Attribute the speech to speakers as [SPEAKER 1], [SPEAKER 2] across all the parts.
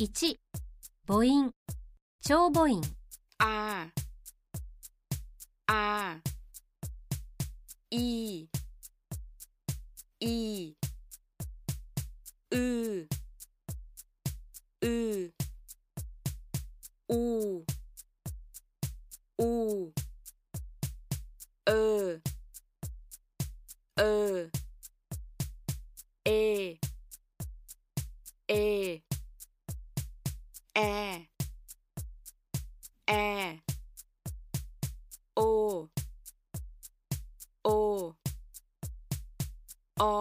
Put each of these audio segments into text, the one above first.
[SPEAKER 1] 1母音長母音
[SPEAKER 2] R R E E ううううううええええおおお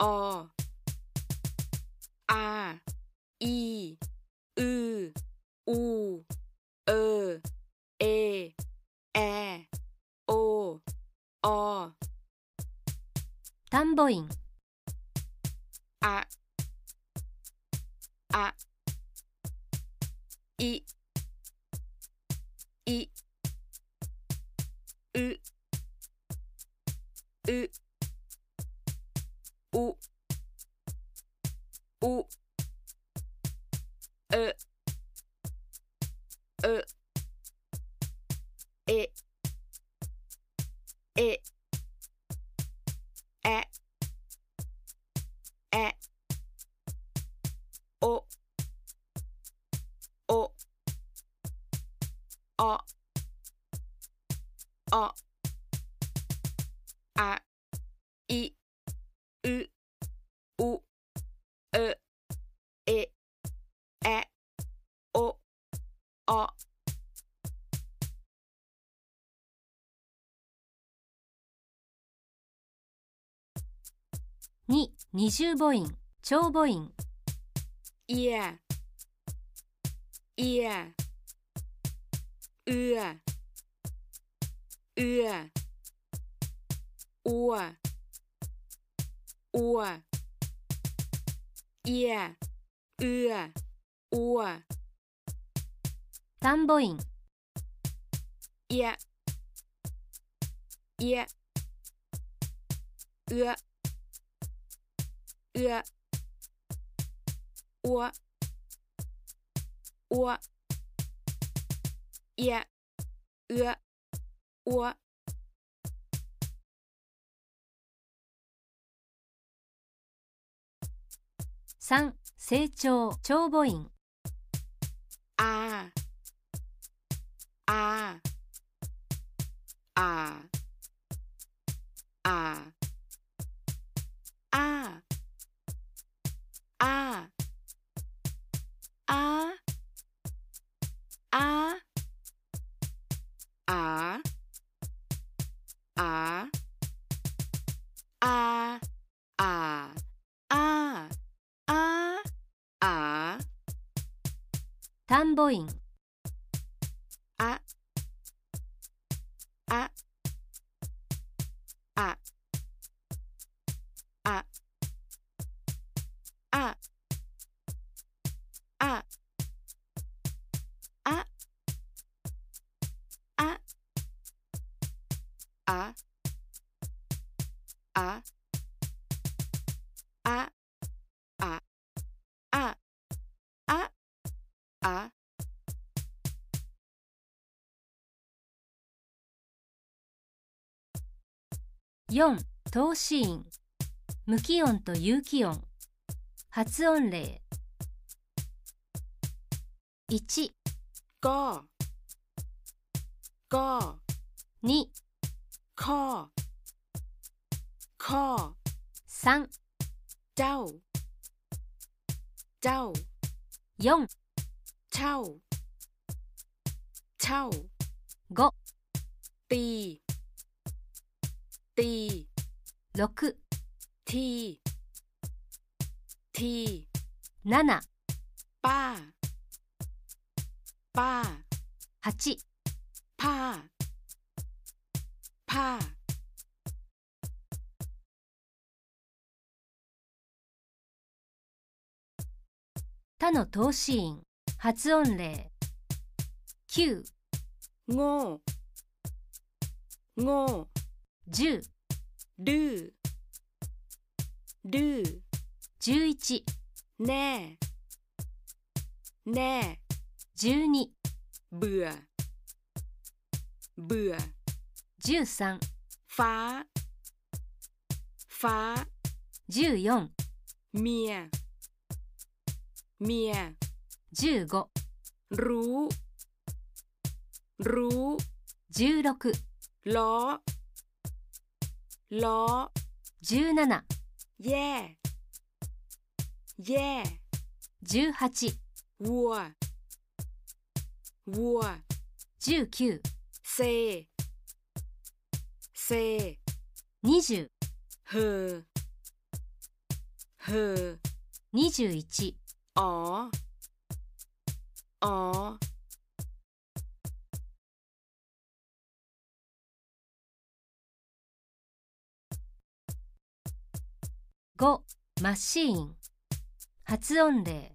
[SPEAKER 2] おあいうううええおお
[SPEAKER 1] 単母音
[SPEAKER 2] ああいいううううううええええおおおおあいうううええおお
[SPEAKER 1] 2二重母音長母音
[SPEAKER 2] いやいやうわうわうわうわいやうわうわ
[SPEAKER 1] 単母音
[SPEAKER 2] いやいやうわうわうわうわいやうわうわ
[SPEAKER 1] 3成長長母音
[SPEAKER 2] ああああああああああああああああ
[SPEAKER 1] 単母音
[SPEAKER 2] あああああああああああああああ
[SPEAKER 1] 4投資音無気音と有気音発音例1
[SPEAKER 2] がが
[SPEAKER 1] 2
[SPEAKER 2] かか
[SPEAKER 1] 3
[SPEAKER 2] だうだう
[SPEAKER 1] 4
[SPEAKER 2] ちゃうちゃう
[SPEAKER 1] 5
[SPEAKER 2] ตีตี
[SPEAKER 1] 6
[SPEAKER 2] T T
[SPEAKER 1] 7
[SPEAKER 2] ba ba
[SPEAKER 1] 8
[SPEAKER 2] pa pa
[SPEAKER 1] 他の投資音発音例9
[SPEAKER 2] ngô ngô
[SPEAKER 1] 10
[SPEAKER 2] đư đư
[SPEAKER 1] 11
[SPEAKER 2] nè แน่
[SPEAKER 1] 12、
[SPEAKER 2] เบื่อ เบื่อ
[SPEAKER 1] 13、
[SPEAKER 2] ฟ้า ฟ้า
[SPEAKER 1] 14、
[SPEAKER 2] เมีย เมีย
[SPEAKER 1] 15、
[SPEAKER 2] รู้ รู้
[SPEAKER 1] 16、
[SPEAKER 2] ล้อ ล้อ
[SPEAKER 1] 17、
[SPEAKER 2] แย่ แย่
[SPEAKER 1] 18、
[SPEAKER 2] วัว วัว
[SPEAKER 1] 19、
[SPEAKER 2] เซ เซ
[SPEAKER 1] 20、
[SPEAKER 2] เฮอ เฮอ
[SPEAKER 1] 21、
[SPEAKER 2] อ๋อ อ๋อ
[SPEAKER 1] 5、マシーン。発音例。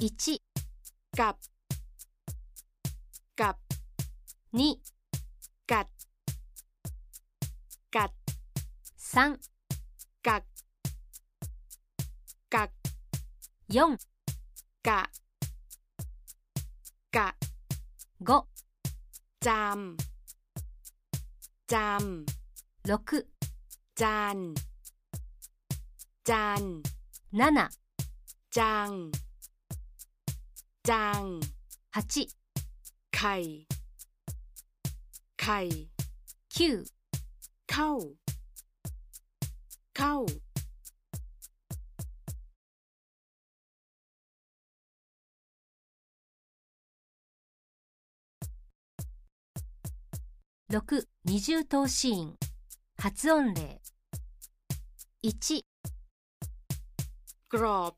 [SPEAKER 1] 1、
[SPEAKER 2] กับ กับ
[SPEAKER 1] 2、
[SPEAKER 2] กัด กัด
[SPEAKER 1] 3、
[SPEAKER 2] กัก กัก
[SPEAKER 1] 4、
[SPEAKER 2] กะ กะ
[SPEAKER 1] 5、
[SPEAKER 2] จาม จาม
[SPEAKER 1] 6、
[SPEAKER 2] จาน จาน
[SPEAKER 1] 7、
[SPEAKER 2] จาง จาง
[SPEAKER 1] 8、
[SPEAKER 2] ไข่ ไข่
[SPEAKER 1] 9、
[SPEAKER 2] เข้า เข้า
[SPEAKER 1] 6、二重頭子音。発音例。1、
[SPEAKER 2] กรอบ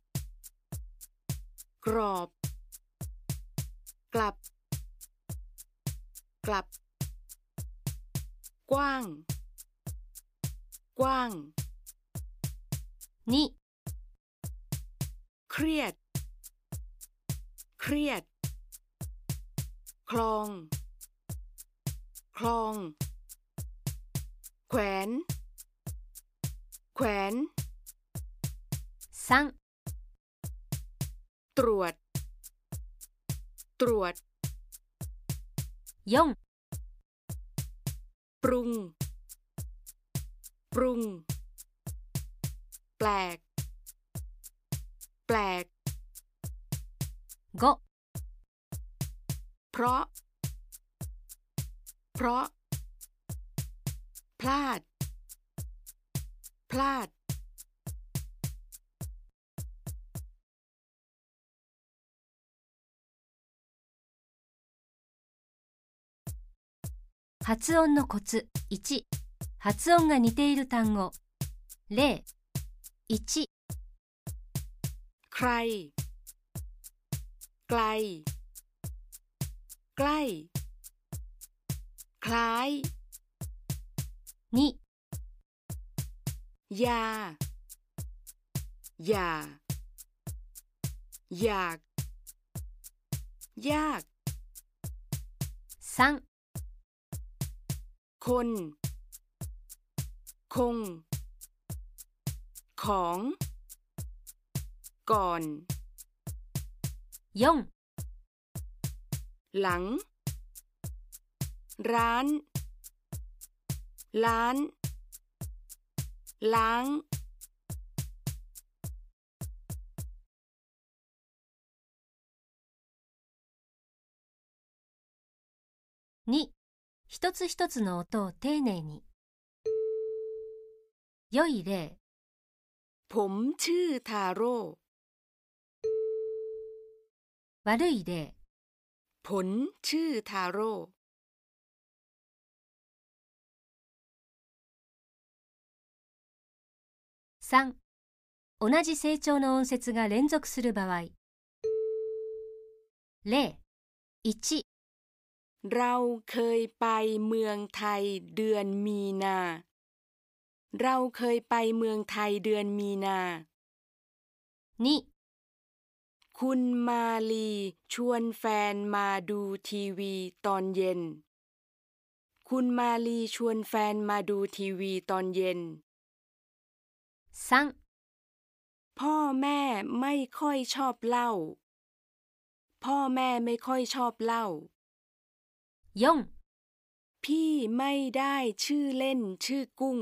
[SPEAKER 2] กรอบ กลับ กลับ กว้าง กว้าง
[SPEAKER 1] 2、
[SPEAKER 2] เครียด เครียด คลอง คลอง แขวน แขวน
[SPEAKER 1] 3、
[SPEAKER 2] ตรวจ ตรวจ
[SPEAKER 1] 4、
[SPEAKER 2] ปรุง ปรุง แปลก แปลก
[SPEAKER 1] 5、
[SPEAKER 2] เพราะ เพราะ พลาด พลาด
[SPEAKER 1] 発音のコツ。1、発音が似ている単語。例。1、
[SPEAKER 2] ใคร ไกล ใกล้ คล้าย
[SPEAKER 1] 2、
[SPEAKER 2] ยา อย่า อยาก ยาก
[SPEAKER 1] 3、
[SPEAKER 2] คน คง ของ ก่อน
[SPEAKER 1] 4、
[SPEAKER 2] หลัง ร้าน ร้าน ล้าง
[SPEAKER 1] 2一つ一つの音を丁寧に良い例
[SPEAKER 2] ผมชื่อทาโร่
[SPEAKER 1] 悪い例
[SPEAKER 2] ผลชื่อทาโร่
[SPEAKER 1] 3同じ成長の音節が連続する場合例1
[SPEAKER 2] เราเคยไปเมืองไทยเดือนมีนา เราเคยไปเมืองไทยเดือนมีนา
[SPEAKER 1] 2
[SPEAKER 2] คุณมาลีชวนแฟนมาดูทีวีตอนเย็น คุณมาลีชวนแฟนมาดูทีวีตอนเย็น
[SPEAKER 1] 3
[SPEAKER 2] พ่อแม่ไม่ค่อยชอบเล่า พ่อแม่ไม่ค่อยชอบเล่า
[SPEAKER 1] 4
[SPEAKER 2] พี่ไม่ได้ชื่อเล่นชื่อกุ้ง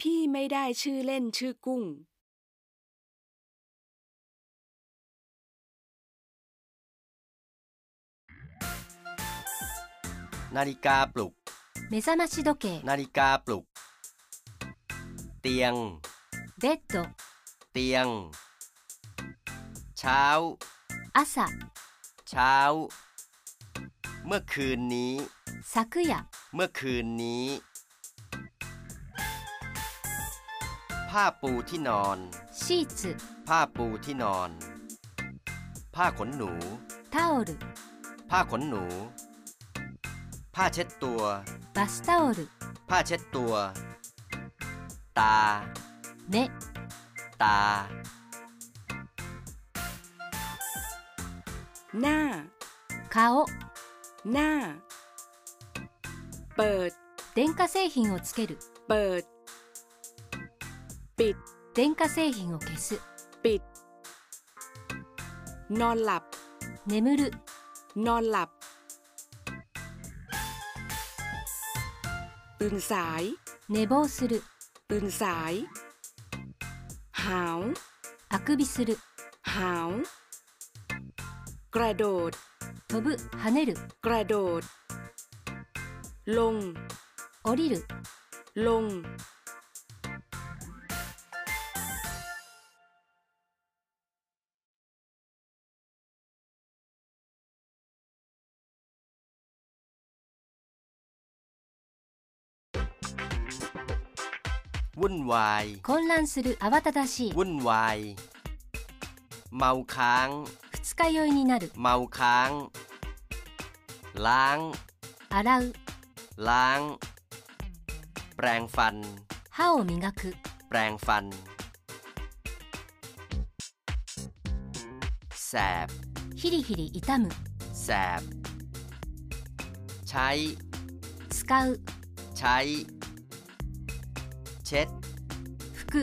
[SPEAKER 2] พี่ไม่ได้ชื่อเล่นชื่อกุ้ง
[SPEAKER 3] นาฬิกาปลุก
[SPEAKER 1] 目覚まし時計
[SPEAKER 3] นาฬิกาปลุก เตียง
[SPEAKER 1] ベッド
[SPEAKER 3] เตียง เช้า
[SPEAKER 1] 朝
[SPEAKER 3] เช้า เมื่อคืนนี้
[SPEAKER 1] 昨夜
[SPEAKER 3] เมื่อคืนนี้ ผ้าปูที่นอน
[SPEAKER 1] シーツ
[SPEAKER 3] ผ้าปูที่นอน ผ้าขนหนู
[SPEAKER 1] タオル
[SPEAKER 3] ผ้าขนหนู ผ้าเช็ดตัว
[SPEAKER 1] バスタオル
[SPEAKER 3] ผ้าเช็ดตัว ตา
[SPEAKER 1] 目
[SPEAKER 3] ตา
[SPEAKER 2] หน้า
[SPEAKER 1] 顔
[SPEAKER 2] หน้า เปิด
[SPEAKER 1] 電化製品をつける
[SPEAKER 2] เปิด ปิด
[SPEAKER 1] 電化製品を消す
[SPEAKER 2] ปิด นอนหลับ
[SPEAKER 1] 眠る
[SPEAKER 2] นอนหลับ ตื่นสาย
[SPEAKER 1] 寝坊する
[SPEAKER 2] ตื่นสาย หาว
[SPEAKER 1] あくびする
[SPEAKER 2] หาว กระโดด
[SPEAKER 1] 飛ぶ跳ねる
[SPEAKER 2] กระโดด ลง
[SPEAKER 1] 降りる
[SPEAKER 2] ลง
[SPEAKER 3] วุ่นวาย
[SPEAKER 1] 混乱する慌ただしい
[SPEAKER 3] วุ่นวาย เมาค้าง
[SPEAKER 1] 二日酔いになる
[SPEAKER 3] เมาค้าง ล้าง
[SPEAKER 1] 洗う
[SPEAKER 3] ล้าง แปรงฟัน
[SPEAKER 1] 歯を磨く
[SPEAKER 3] แปรงฟัน แสบ
[SPEAKER 1] ヒリヒリ痛む
[SPEAKER 3] แสบ ใช้
[SPEAKER 1] 使う
[SPEAKER 3] ใช้ เช็ด
[SPEAKER 1] 拭く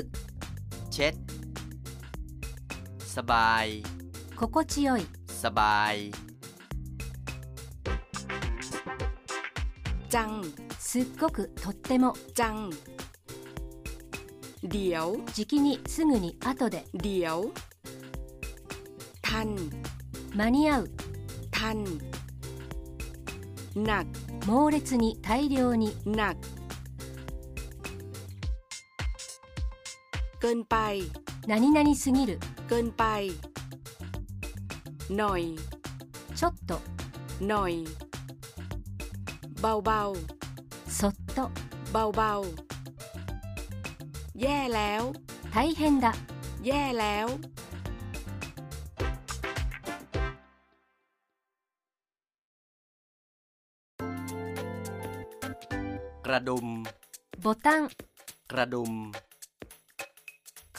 [SPEAKER 3] เช็ด สบาย
[SPEAKER 1] 心地よい
[SPEAKER 3] สบาย
[SPEAKER 2] จัง
[SPEAKER 1] すっごくとっても
[SPEAKER 2] จัง เดี๋ยว
[SPEAKER 1] じきにすぐに後で
[SPEAKER 2] เดี๋ยว ทัน
[SPEAKER 1] 間に合う
[SPEAKER 2] ทัน หนัก
[SPEAKER 1] 猛烈に大量に
[SPEAKER 2] หนัก เกินไป
[SPEAKER 1] 何々すぎる
[SPEAKER 2] เกินไป หน่อย
[SPEAKER 1] ちょっと
[SPEAKER 2] หน่อย เบาเบา
[SPEAKER 1] そっと
[SPEAKER 2] เบาเบาๆแย่แล้ว
[SPEAKER 1] 大変だ
[SPEAKER 2] แย่แล้ว
[SPEAKER 3] กระดุม
[SPEAKER 1] ボタン
[SPEAKER 3] กระดุม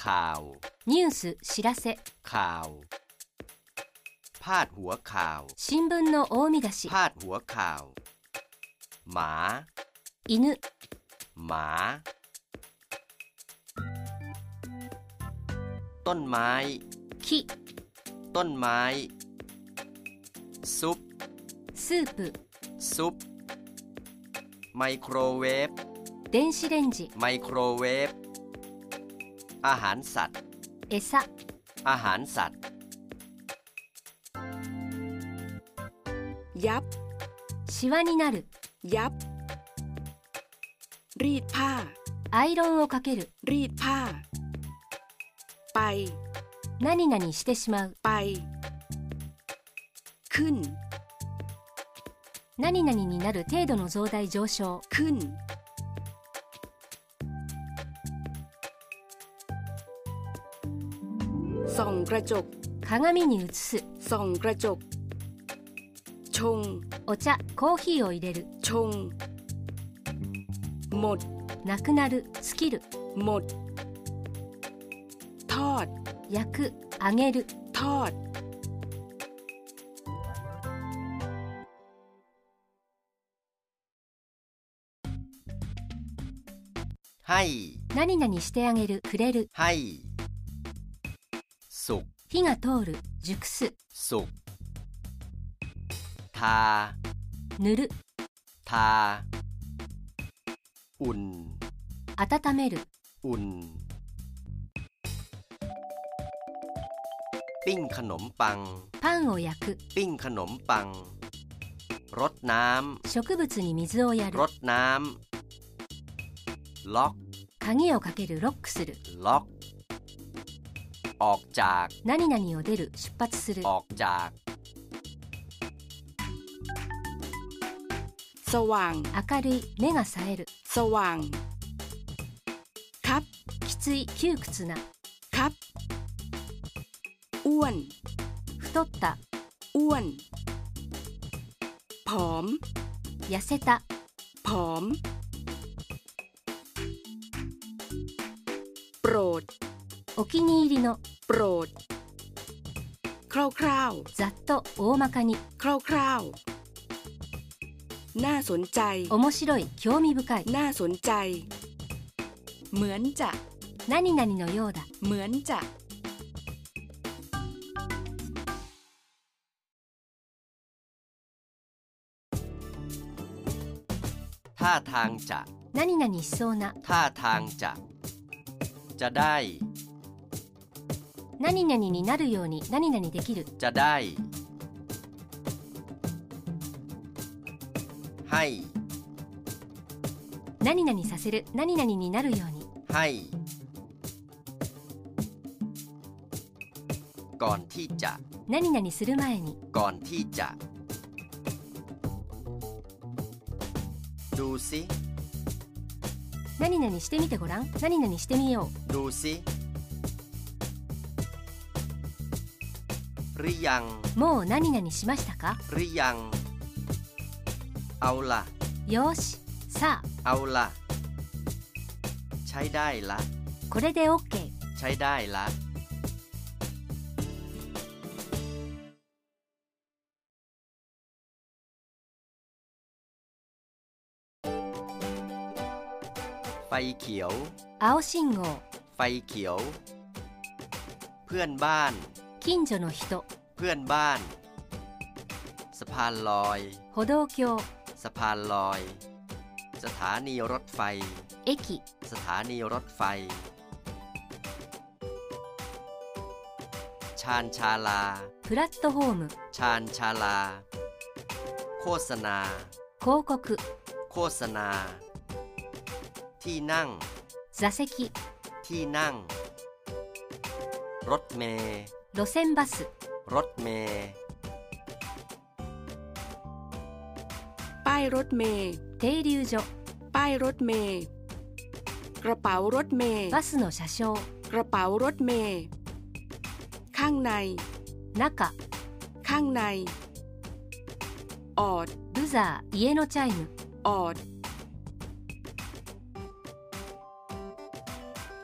[SPEAKER 3] ข่าว
[SPEAKER 1] ニュース知らせ
[SPEAKER 3] ข่าว พาดหัวข่าว
[SPEAKER 1] 新聞の大見出し
[SPEAKER 3] พาดหัวข่าว หมา
[SPEAKER 1] 犬
[SPEAKER 3] หมา ต้นไม้
[SPEAKER 1] 木
[SPEAKER 3] ต้นไม้ ซุป
[SPEAKER 1] スープ
[SPEAKER 3] ซุป ไมโครเวฟ
[SPEAKER 1] 電子レンジ
[SPEAKER 3] ไมโครเวฟ อาหารสัตว์
[SPEAKER 1] 餌
[SPEAKER 3] อาหารสัตว์
[SPEAKER 2] ยับ
[SPEAKER 1] シワになる
[SPEAKER 2] ยับ รีดผ้า
[SPEAKER 1] アイロンをかける
[SPEAKER 2] รีดผ้า ไป
[SPEAKER 1] 何々してしまう
[SPEAKER 2] ไป ขึ้น
[SPEAKER 1] 何々になる程度の増大上昇
[SPEAKER 2] ขึ้น ส่องกระจก
[SPEAKER 1] 鏡に映す
[SPEAKER 2] ส่องกระจก ชง
[SPEAKER 1] お茶コーヒーを入れる
[SPEAKER 2] ชง หมด
[SPEAKER 1] なくなる尽きる
[SPEAKER 2] หมด ทอด
[SPEAKER 1] 焼く揚げる
[SPEAKER 2] ทอด
[SPEAKER 3] ให้
[SPEAKER 1] 何々してあげるくれる
[SPEAKER 3] ให้ สุข
[SPEAKER 1] 開火が通る、熟す、
[SPEAKER 3] สุก ทา
[SPEAKER 1] 塗る、
[SPEAKER 3] ทา อุ่น
[SPEAKER 1] 温める、
[SPEAKER 3] อุ่น ปิ้งขนมปัง
[SPEAKER 1] パンを焼く、
[SPEAKER 3] ปิ้งขนมปัง รดน้
[SPEAKER 1] 植物に水をや
[SPEAKER 3] ำ
[SPEAKER 1] る
[SPEAKER 3] ร、ดน้ำ ล็อก
[SPEAKER 1] 鍵をかける、ロックする、
[SPEAKER 3] ล็อก ออกจาก
[SPEAKER 1] 何々を出る、出発する
[SPEAKER 3] อ、อกจาก
[SPEAKER 2] สว่าง
[SPEAKER 1] 明るい、目が冴える、
[SPEAKER 2] สว่าง ครับ
[SPEAKER 1] きつい、窮屈な、
[SPEAKER 2] ครับ อ้วน
[SPEAKER 1] 太った、
[SPEAKER 2] อ้วน ผอม
[SPEAKER 1] 痩せた、
[SPEAKER 2] ผอม โปรด
[SPEAKER 1] お気に入りの、
[SPEAKER 2] โปรด คร่าว
[SPEAKER 1] ざっと、大まかに、
[SPEAKER 2] ๆ คร่าวๆ น่าสนใจ
[SPEAKER 1] 面白い、興味深い、
[SPEAKER 2] น่าสนใจ เหมือนจะ
[SPEAKER 1] 何々のようだ、
[SPEAKER 2] เหมือนจะ
[SPEAKER 3] ท่าทางจะ
[SPEAKER 1] 何々しそうな、
[SPEAKER 3] ท่าทางจะ จะได้
[SPEAKER 1] 何々になるように、何々できる、
[SPEAKER 3] จะได้ ให้
[SPEAKER 1] 何々させる、何々になるように、
[SPEAKER 3] ให้ ก่อนที่จะ
[SPEAKER 1] 何々する前に、
[SPEAKER 3] ก่อนที่จะ ดูสิ
[SPEAKER 1] 何々してみてごらん、何々してみよう。
[SPEAKER 3] ดูสิ หรือยัง
[SPEAKER 1] もう何々しましたか
[SPEAKER 3] หรือยัง เอาละ
[SPEAKER 1] よーしさあ
[SPEAKER 3] เอาละใช้ได้ละ
[SPEAKER 1] これで OK
[SPEAKER 3] ใช้ได้ละ ไฟเขียว
[SPEAKER 1] 青信号
[SPEAKER 3] ไฟเขียว เพื่อนบ้าน
[SPEAKER 1] 近所の人
[SPEAKER 3] เพื่อนบ้าน สะพานลอย
[SPEAKER 1] 歩道橋
[SPEAKER 3] สะพานลอย สถานีรถไฟ
[SPEAKER 1] 駅
[SPEAKER 3] สถานีรถไฟ ชานชาลา
[SPEAKER 1] プラットホーム
[SPEAKER 3] ชานชาลา โฆษณา
[SPEAKER 1] 広告
[SPEAKER 3] โฆษณา ที่นั่ง
[SPEAKER 1] 座席
[SPEAKER 3] ที่นั่ง รถเมล์
[SPEAKER 1] 路線バス
[SPEAKER 3] รถเมล์
[SPEAKER 2] ป้ายรถเมย์
[SPEAKER 1] 停留所
[SPEAKER 2] ป้ายรถเมย์กระเป๋ารถเมย์
[SPEAKER 1] バスの車掌
[SPEAKER 2] กระเป๋ารถเมย์ข้างใน
[SPEAKER 1] 中
[SPEAKER 2] ข้างใน ออด
[SPEAKER 1] ブザー家のチャイム
[SPEAKER 2] ออด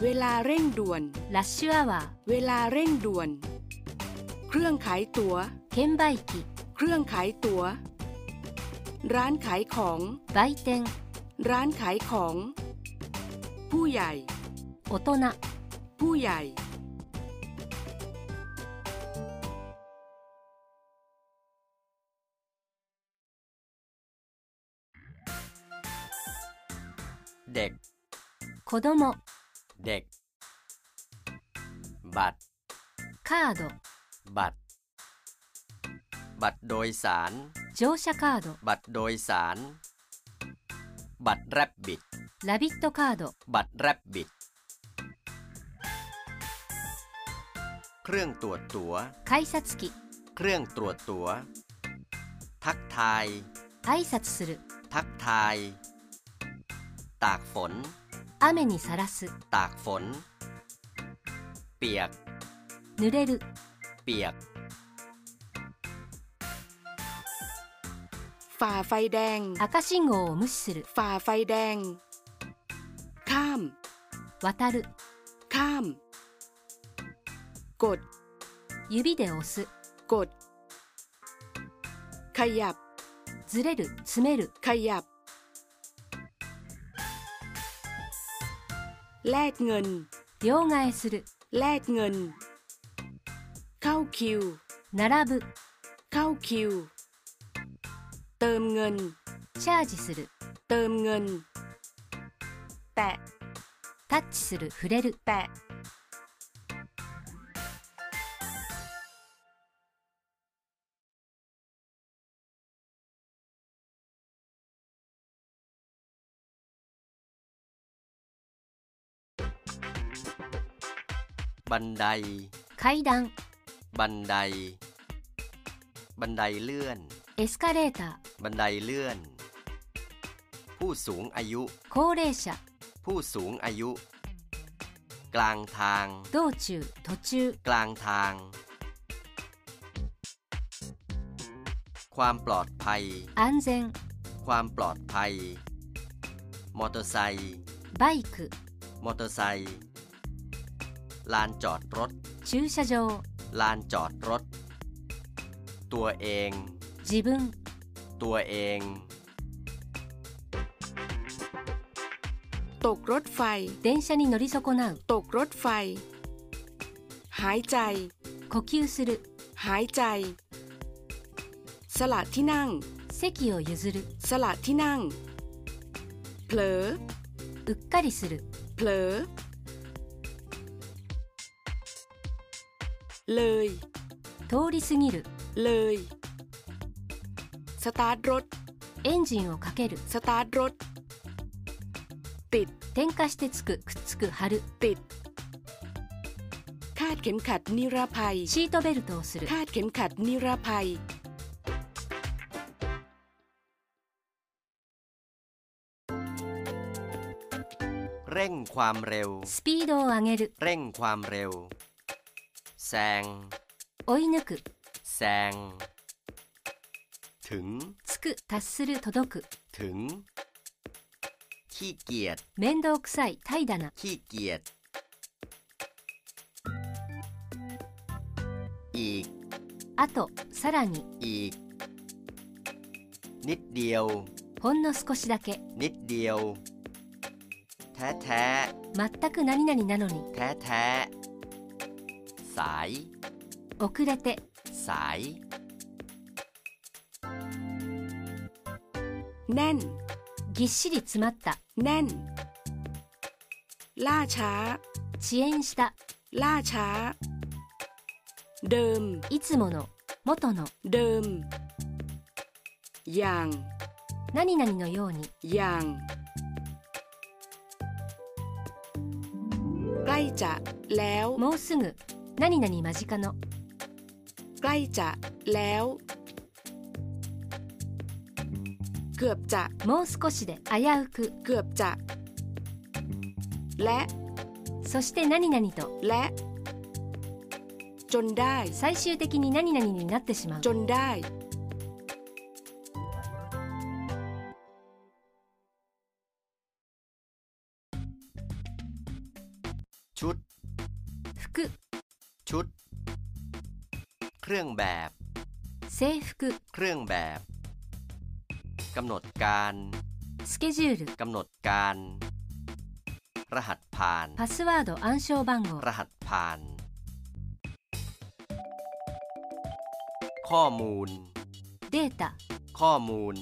[SPEAKER 2] เวลาเร่งด่วน
[SPEAKER 1] ラッシュアワ
[SPEAKER 2] เวลาเร่งด่วน เครื่องขายตัว๋ว
[SPEAKER 1] ー券売機
[SPEAKER 2] เครื่องขายตัว๋ว ร้านขายของ
[SPEAKER 1] 売店
[SPEAKER 2] ร้านขายของ ผู้ใหญ่
[SPEAKER 1] 大人
[SPEAKER 2] ผู้ใหญ่
[SPEAKER 3] เด็ก
[SPEAKER 1] 子供
[SPEAKER 3] เด็ก บัตร
[SPEAKER 1] カード
[SPEAKER 3] บัตร บัตรโดยสาร
[SPEAKER 1] 乗車カード
[SPEAKER 3] บัตรโดยสาร บัตรแรบบิด
[SPEAKER 1] ラビットカード
[SPEAKER 3] บัตรแรบบิด เครื่องตรวจตัว๋ว
[SPEAKER 1] 改札機
[SPEAKER 3] เครื่องตรวจตัว๋ว ทักทาย
[SPEAKER 1] 挨拶する
[SPEAKER 3] ทักทาย ตากฝน
[SPEAKER 1] 雨にさらす
[SPEAKER 3] ตากฝน เปียก
[SPEAKER 1] 濡れる
[SPEAKER 3] เปียก
[SPEAKER 2] ฝ่าไฟแดง
[SPEAKER 1] 赤信号を無視する
[SPEAKER 2] ฝ่าไฟแดง ข้าม
[SPEAKER 1] 渡る
[SPEAKER 2] ข้าม กด
[SPEAKER 1] 指で押す
[SPEAKER 2] กด ขยับ
[SPEAKER 1] ずれる詰める
[SPEAKER 2] ขยับ แลกเงิน
[SPEAKER 1] 両替する
[SPEAKER 2] แลกเงิน เข้าคิว
[SPEAKER 1] 並ぶ
[SPEAKER 2] เข้าคิว เติมเงิน
[SPEAKER 1] チャージする
[SPEAKER 2] เติมเงิน แตะ
[SPEAKER 1] タッチする触れる
[SPEAKER 2] แตะ
[SPEAKER 3] บันได
[SPEAKER 1] 階段
[SPEAKER 3] บันได บันไดเลื่อน
[SPEAKER 1] エスカレータ
[SPEAKER 3] บันไดเลื่อน ผู้สูงอายุ
[SPEAKER 1] ー高齢者
[SPEAKER 3] ผู้สูงอายุ กลางทาง
[SPEAKER 1] 道中途中
[SPEAKER 3] กลางทาง ความปลอดภัย
[SPEAKER 1] 安全
[SPEAKER 3] ความปลอดภัย มอเตอร์ไซค์
[SPEAKER 1] バイク
[SPEAKER 3] มอเตอร์ไซค์ลานจอดรถ
[SPEAKER 1] 駐車場
[SPEAKER 3] ลานจอดรถ ตัวเอง
[SPEAKER 1] 自分
[SPEAKER 3] ตัวเอง
[SPEAKER 2] ตกรถไฟ
[SPEAKER 1] 電車に乗り損なう
[SPEAKER 2] ตกรถไฟ หายใจ
[SPEAKER 1] 呼吸する
[SPEAKER 2] หายใจ สละที่นั่ง
[SPEAKER 1] 席を譲る
[SPEAKER 2] สละที่นั่ง เผลอ
[SPEAKER 1] うっかりする
[SPEAKER 2] เผลอ เลย
[SPEAKER 1] 通り過ぎる
[SPEAKER 2] เลย สตาร์ทรถ
[SPEAKER 1] エンジンをかける
[SPEAKER 2] สตาร์ทรถ ติด
[SPEAKER 1] 点火してつくくっつく貼る
[SPEAKER 2] ติด คาดเข็มขัดนิรภัย
[SPEAKER 1] シートベルトをする
[SPEAKER 2] คาดเข็มขัดนิรภัย
[SPEAKER 3] เร่งความเร็ว
[SPEAKER 1] スピードを上げる
[SPEAKER 3] เร่งความเร็ว แซง
[SPEAKER 1] 追い抜く
[SPEAKER 3] แซง ถึง
[SPEAKER 1] つく達する届く
[SPEAKER 3] ถึง ขี้เกียจ
[SPEAKER 1] 面倒くさい怠惰な
[SPEAKER 3] ขี้เกียจ อีก
[SPEAKER 1] あとさらに
[SPEAKER 3] อีก นิดเดียว
[SPEAKER 1] ほんの少しだけ
[SPEAKER 3] นิดเดียว แท้แท้
[SPEAKER 1] 全く何々なのに
[SPEAKER 3] แท้แท้สาย
[SPEAKER 1] 遅れて
[SPEAKER 3] สาย
[SPEAKER 2] แน่น
[SPEAKER 1] ぎっしり詰まった
[SPEAKER 2] แน่น ล่าช้า
[SPEAKER 1] 遅延した
[SPEAKER 2] ล่าช้า เดิม
[SPEAKER 1] いつもの元の
[SPEAKER 2] เดิม อย่าง
[SPEAKER 1] 何々のように
[SPEAKER 2] อย่าง ใกล้จะแล้ว
[SPEAKER 1] もうすぐ何々間近の
[SPEAKER 2] ใกล้จะแล้ว เกือบจะ
[SPEAKER 1] もう少しで危うく
[SPEAKER 2] เกือบจะ และ
[SPEAKER 1] そして何々と
[SPEAKER 2] และ จนได้
[SPEAKER 1] 最終的に何々になってしまう
[SPEAKER 2] จนได้
[SPEAKER 3] ชุด
[SPEAKER 1] 服
[SPEAKER 3] ชุด เครื่องแบบ
[SPEAKER 1] 制服
[SPEAKER 3] เครื่องแบบ กำหนดการ
[SPEAKER 1] スケジュール
[SPEAKER 3] กำหนดการ รหัสผ่าน
[SPEAKER 1] パスワード暗証番号
[SPEAKER 3] รหัสผ่าน ข้อมูล
[SPEAKER 1] データ
[SPEAKER 3] ข้อมูล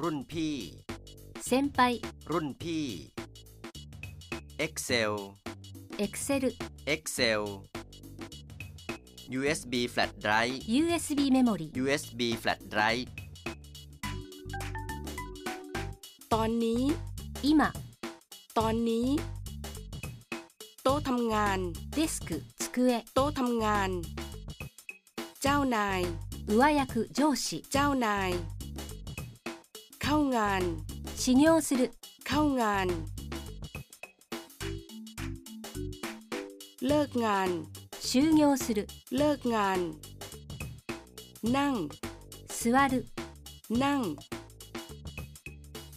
[SPEAKER 3] รุ่นพี่
[SPEAKER 1] 先輩
[SPEAKER 3] รุ่นพี่ Excel
[SPEAKER 1] Excel
[SPEAKER 3] Excel USB flat drive
[SPEAKER 1] USB メモリ
[SPEAKER 3] USB flat drive
[SPEAKER 2] ตอนนี้
[SPEAKER 1] 今
[SPEAKER 2] ตอนนี้ โต๊ะทำงาน
[SPEAKER 1] デスク机
[SPEAKER 2] โต๊ะทำงาน เจ้านาย
[SPEAKER 1] 上役上司
[SPEAKER 2] เจ้านาย เข้างาน
[SPEAKER 1] 修行する
[SPEAKER 2] เข้างาน เลิกงาน
[SPEAKER 1] 就業する
[SPEAKER 2] เลิกงาน นั่ง
[SPEAKER 1] 座る
[SPEAKER 2] นั่ง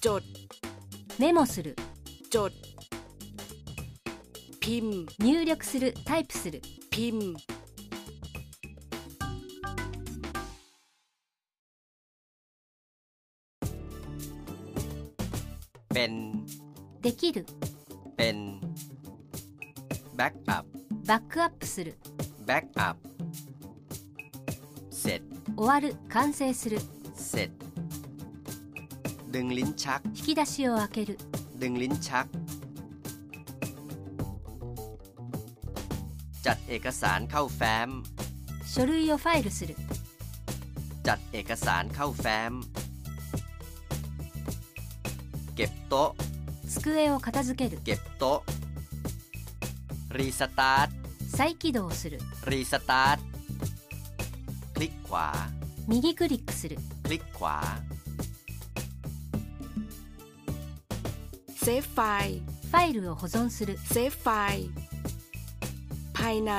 [SPEAKER 2] จด
[SPEAKER 1] メモする
[SPEAKER 2] จด พิมพ์
[SPEAKER 1] 入力するタイプする
[SPEAKER 2] พิมพ์
[SPEAKER 3] เป็น
[SPEAKER 1] できる
[SPEAKER 3] เป็น Backup
[SPEAKER 1] バックアップする
[SPEAKER 3] Backup แบ็กอัพ เสร็จ
[SPEAKER 1] 終わる完成する
[SPEAKER 3] เสร็จ ดึงลิ้นชัก
[SPEAKER 1] 引き出しを開ける
[SPEAKER 3] ดึงลิ้นชัก จัดเอกสารเข้าแฟ้ม
[SPEAKER 1] 書類をファイルする
[SPEAKER 3] จัดเอกสารเข้าแฟ้ม เก็บโต๊ะ
[SPEAKER 1] 机を片付ける
[SPEAKER 3] เก็บโต๊ะ รีสตาร์ท
[SPEAKER 1] 再起動する
[SPEAKER 3] รีสตาร์ท คลิกขวา
[SPEAKER 1] 右クリックする
[SPEAKER 3] คลิกขวา
[SPEAKER 2] เซฟไฟล์
[SPEAKER 1] ファイルを保存する
[SPEAKER 2] เซฟไฟล์ ภายใน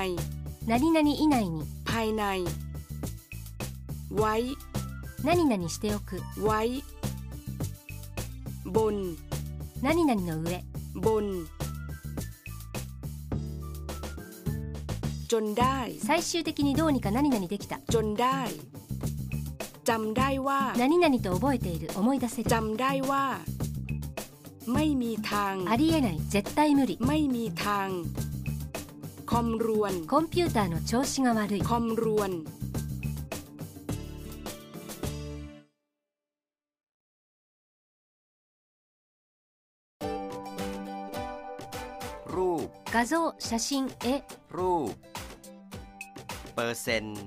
[SPEAKER 1] 何々以内に
[SPEAKER 2] ภายใน ไว้
[SPEAKER 1] 何々しておく
[SPEAKER 2] ไว้ บน
[SPEAKER 1] 何々の上
[SPEAKER 2] บน จนได้
[SPEAKER 1] 最終的にどうにか何々できた
[SPEAKER 2] จนได้จำได้ว่า
[SPEAKER 1] 何々と覚えている思い出せる
[SPEAKER 2] จำได้ว่า ไม่มีทาง
[SPEAKER 1] ありえない絶対無理
[SPEAKER 2] ไม่มีทาง คอมรวน
[SPEAKER 1] コンピューターの調子が悪い
[SPEAKER 2] คอมรวน
[SPEAKER 3] รูป
[SPEAKER 1] 画像写真絵
[SPEAKER 3] รูป เปอร์เซนต์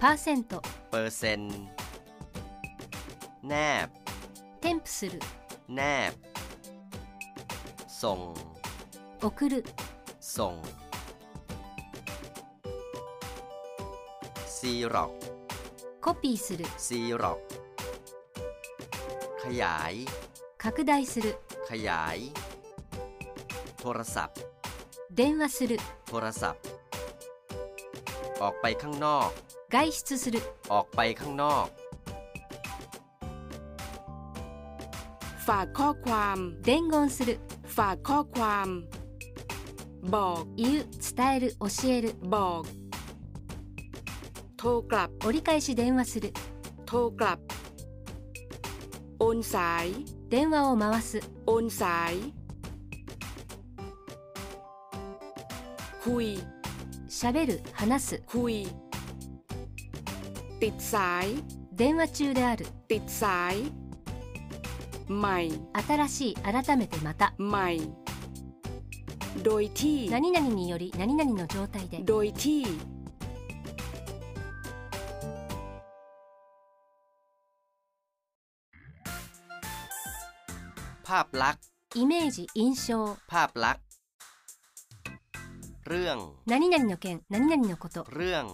[SPEAKER 1] パーセント
[SPEAKER 3] เปอร์เซนต์แนบ
[SPEAKER 1] 添付する
[SPEAKER 3] แนบ ส่ง
[SPEAKER 1] 送る
[SPEAKER 3] ส่ง ซีร็อก
[SPEAKER 1] コピーする
[SPEAKER 3] ซีร็อก ขยาย
[SPEAKER 1] 拡大する
[SPEAKER 3] ขยาย โทรศัพท์
[SPEAKER 1] 電話する
[SPEAKER 3] โทรศัพท์ ออกไปข้างนอก
[SPEAKER 1] 外出する
[SPEAKER 3] ออกไปข้างนอก
[SPEAKER 2] ฝากข้อความ
[SPEAKER 1] 伝言する
[SPEAKER 2] ฝากข้อความ บอก
[SPEAKER 1] 言う伝える教える
[SPEAKER 2] บอก โทรกลับ
[SPEAKER 1] 折り返し電話する
[SPEAKER 2] โทรกลับ โอนสาย
[SPEAKER 1] 電話を回す
[SPEAKER 2] โอนสาย คุย
[SPEAKER 1] 喋る話す
[SPEAKER 2] คุย ติดสาย
[SPEAKER 1] 電話中である
[SPEAKER 2] ติดสาย ใหม่
[SPEAKER 1] 新しい改めてまた
[SPEAKER 2] ใหม่ โดยที่
[SPEAKER 1] 何々により何々の状態で
[SPEAKER 2] โดยที่
[SPEAKER 3] ภาพลักษณ์
[SPEAKER 1] イメージ印象
[SPEAKER 3] ภาพลักษณ์ เรื่อง
[SPEAKER 1] 何々の件何々のこと
[SPEAKER 3] เรื่อง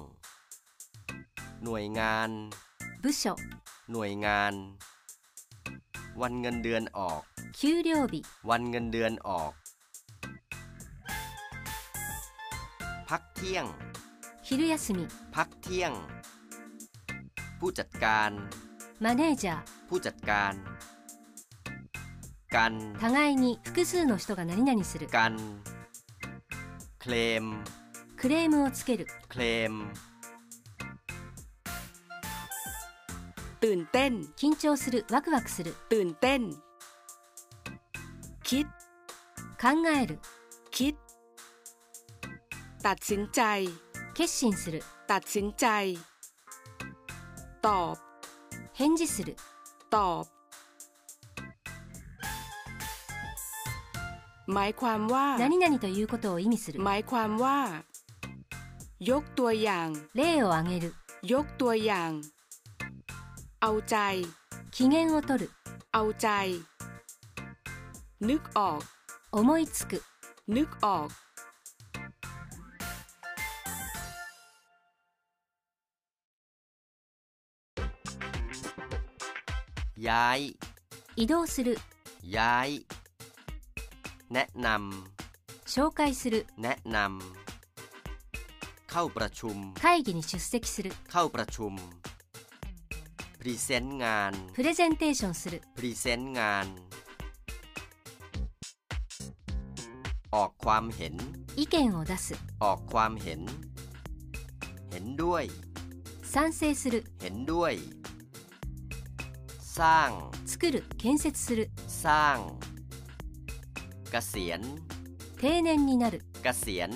[SPEAKER 3] หน่วยงาน
[SPEAKER 1] 部署
[SPEAKER 3] หน่วยงาน วันเงินเดือนออก
[SPEAKER 1] 給料日
[SPEAKER 3] วันเงินเดือนออก พักเที่ยง
[SPEAKER 1] 昼休み
[SPEAKER 3] พักเที่ยง ผู้จัดการ
[SPEAKER 1] マネージャー
[SPEAKER 3] ผู้จัดการ กัน
[SPEAKER 1] 互いに複数の人が何々する
[SPEAKER 3] กัน เคลม
[SPEAKER 1] クレームをつける
[SPEAKER 3] เคลม
[SPEAKER 2] ตื่นเต้น
[SPEAKER 1] 緊張するワクワクする
[SPEAKER 2] ตื่นเต้น คิด
[SPEAKER 1] 考える
[SPEAKER 2] คิด ตัดสินใจ
[SPEAKER 1] 決心する
[SPEAKER 2] ตัดสินใจ ตอบ
[SPEAKER 1] 返事する
[SPEAKER 2] ตอบ หมายความว่า
[SPEAKER 1] 何々ということを意味する
[SPEAKER 2] หมายความว่า ยกตัวอย่าง
[SPEAKER 1] 例を挙げる
[SPEAKER 2] ยกตัวอย่าง เอาใจ
[SPEAKER 1] 機嫌を取る
[SPEAKER 2] เอาใจ นึกออก
[SPEAKER 1] 思いつく
[SPEAKER 2] นึกออก
[SPEAKER 3] ย้าย
[SPEAKER 1] 移動する
[SPEAKER 3] ย้าย แนะน
[SPEAKER 1] 紹介する
[SPEAKER 3] ำ แนะนำ เข้าประชุม
[SPEAKER 1] 会議に出席する
[SPEAKER 3] เข้าประชุม พรีเซนต์งาน
[SPEAKER 1] プレゼンテーションする
[SPEAKER 3] พรีเซนต์งาน ออกความเห็น
[SPEAKER 1] 意見を出す
[SPEAKER 3] ออกความเห็น เห็นด้วย
[SPEAKER 1] 賛成する
[SPEAKER 3] เห็นด้วย สร้าง
[SPEAKER 1] 作る建設する
[SPEAKER 3] สร้าง เกษียณ
[SPEAKER 1] 定年になる
[SPEAKER 3] เกษียณ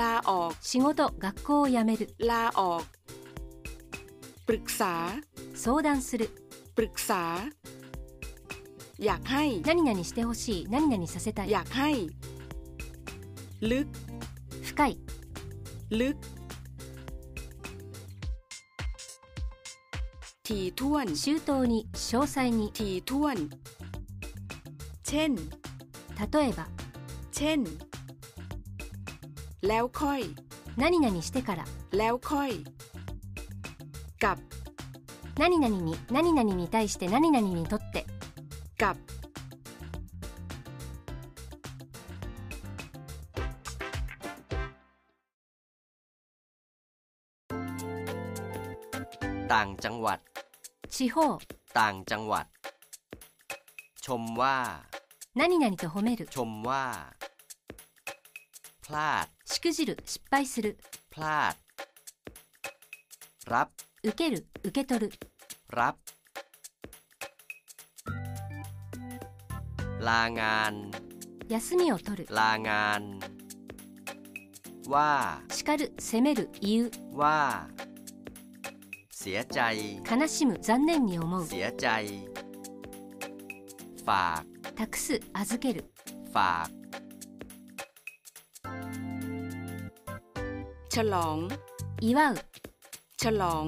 [SPEAKER 2] ลาออก
[SPEAKER 1] 仕事学校を辞める
[SPEAKER 2] ลาออก ปรึกษา
[SPEAKER 1] 相談する
[SPEAKER 2] ปรึกษา อยากให้
[SPEAKER 1] 何々してほしい何々させたい
[SPEAKER 2] อยากให้ ลึก
[SPEAKER 1] 深い
[SPEAKER 2] ลึก ถี่ถ้วน
[SPEAKER 1] 周到に詳細に
[SPEAKER 2] ถี่ถ้วน เช่น
[SPEAKER 1] 例えば
[SPEAKER 2] เช่น แล้วค่อย
[SPEAKER 1] 何々してから
[SPEAKER 2] แล้วค่อย กับ
[SPEAKER 1] 何々に何々に対して何々にとって
[SPEAKER 2] กับ
[SPEAKER 3] ต่างจังหวัด
[SPEAKER 1] 地方
[SPEAKER 3] ต่างจังหวัด ชมว่า
[SPEAKER 1] 何々と褒める
[SPEAKER 3] ชมว่า พลาด
[SPEAKER 1] しくじる失敗する
[SPEAKER 3] พลาด รับ
[SPEAKER 1] 受ける受け取る
[SPEAKER 3] รับ ลางาน
[SPEAKER 1] 休みを取る
[SPEAKER 3] ลางาน ว่า
[SPEAKER 1] 叱る責める言う
[SPEAKER 3] ว่า เสียใจ
[SPEAKER 1] 悲しむ残念に思う
[SPEAKER 3] เสียใจ ฝาก
[SPEAKER 1] 託す預ける
[SPEAKER 3] ฝาก
[SPEAKER 2] ฉลอง
[SPEAKER 1] 祝う
[SPEAKER 2] ฉลอง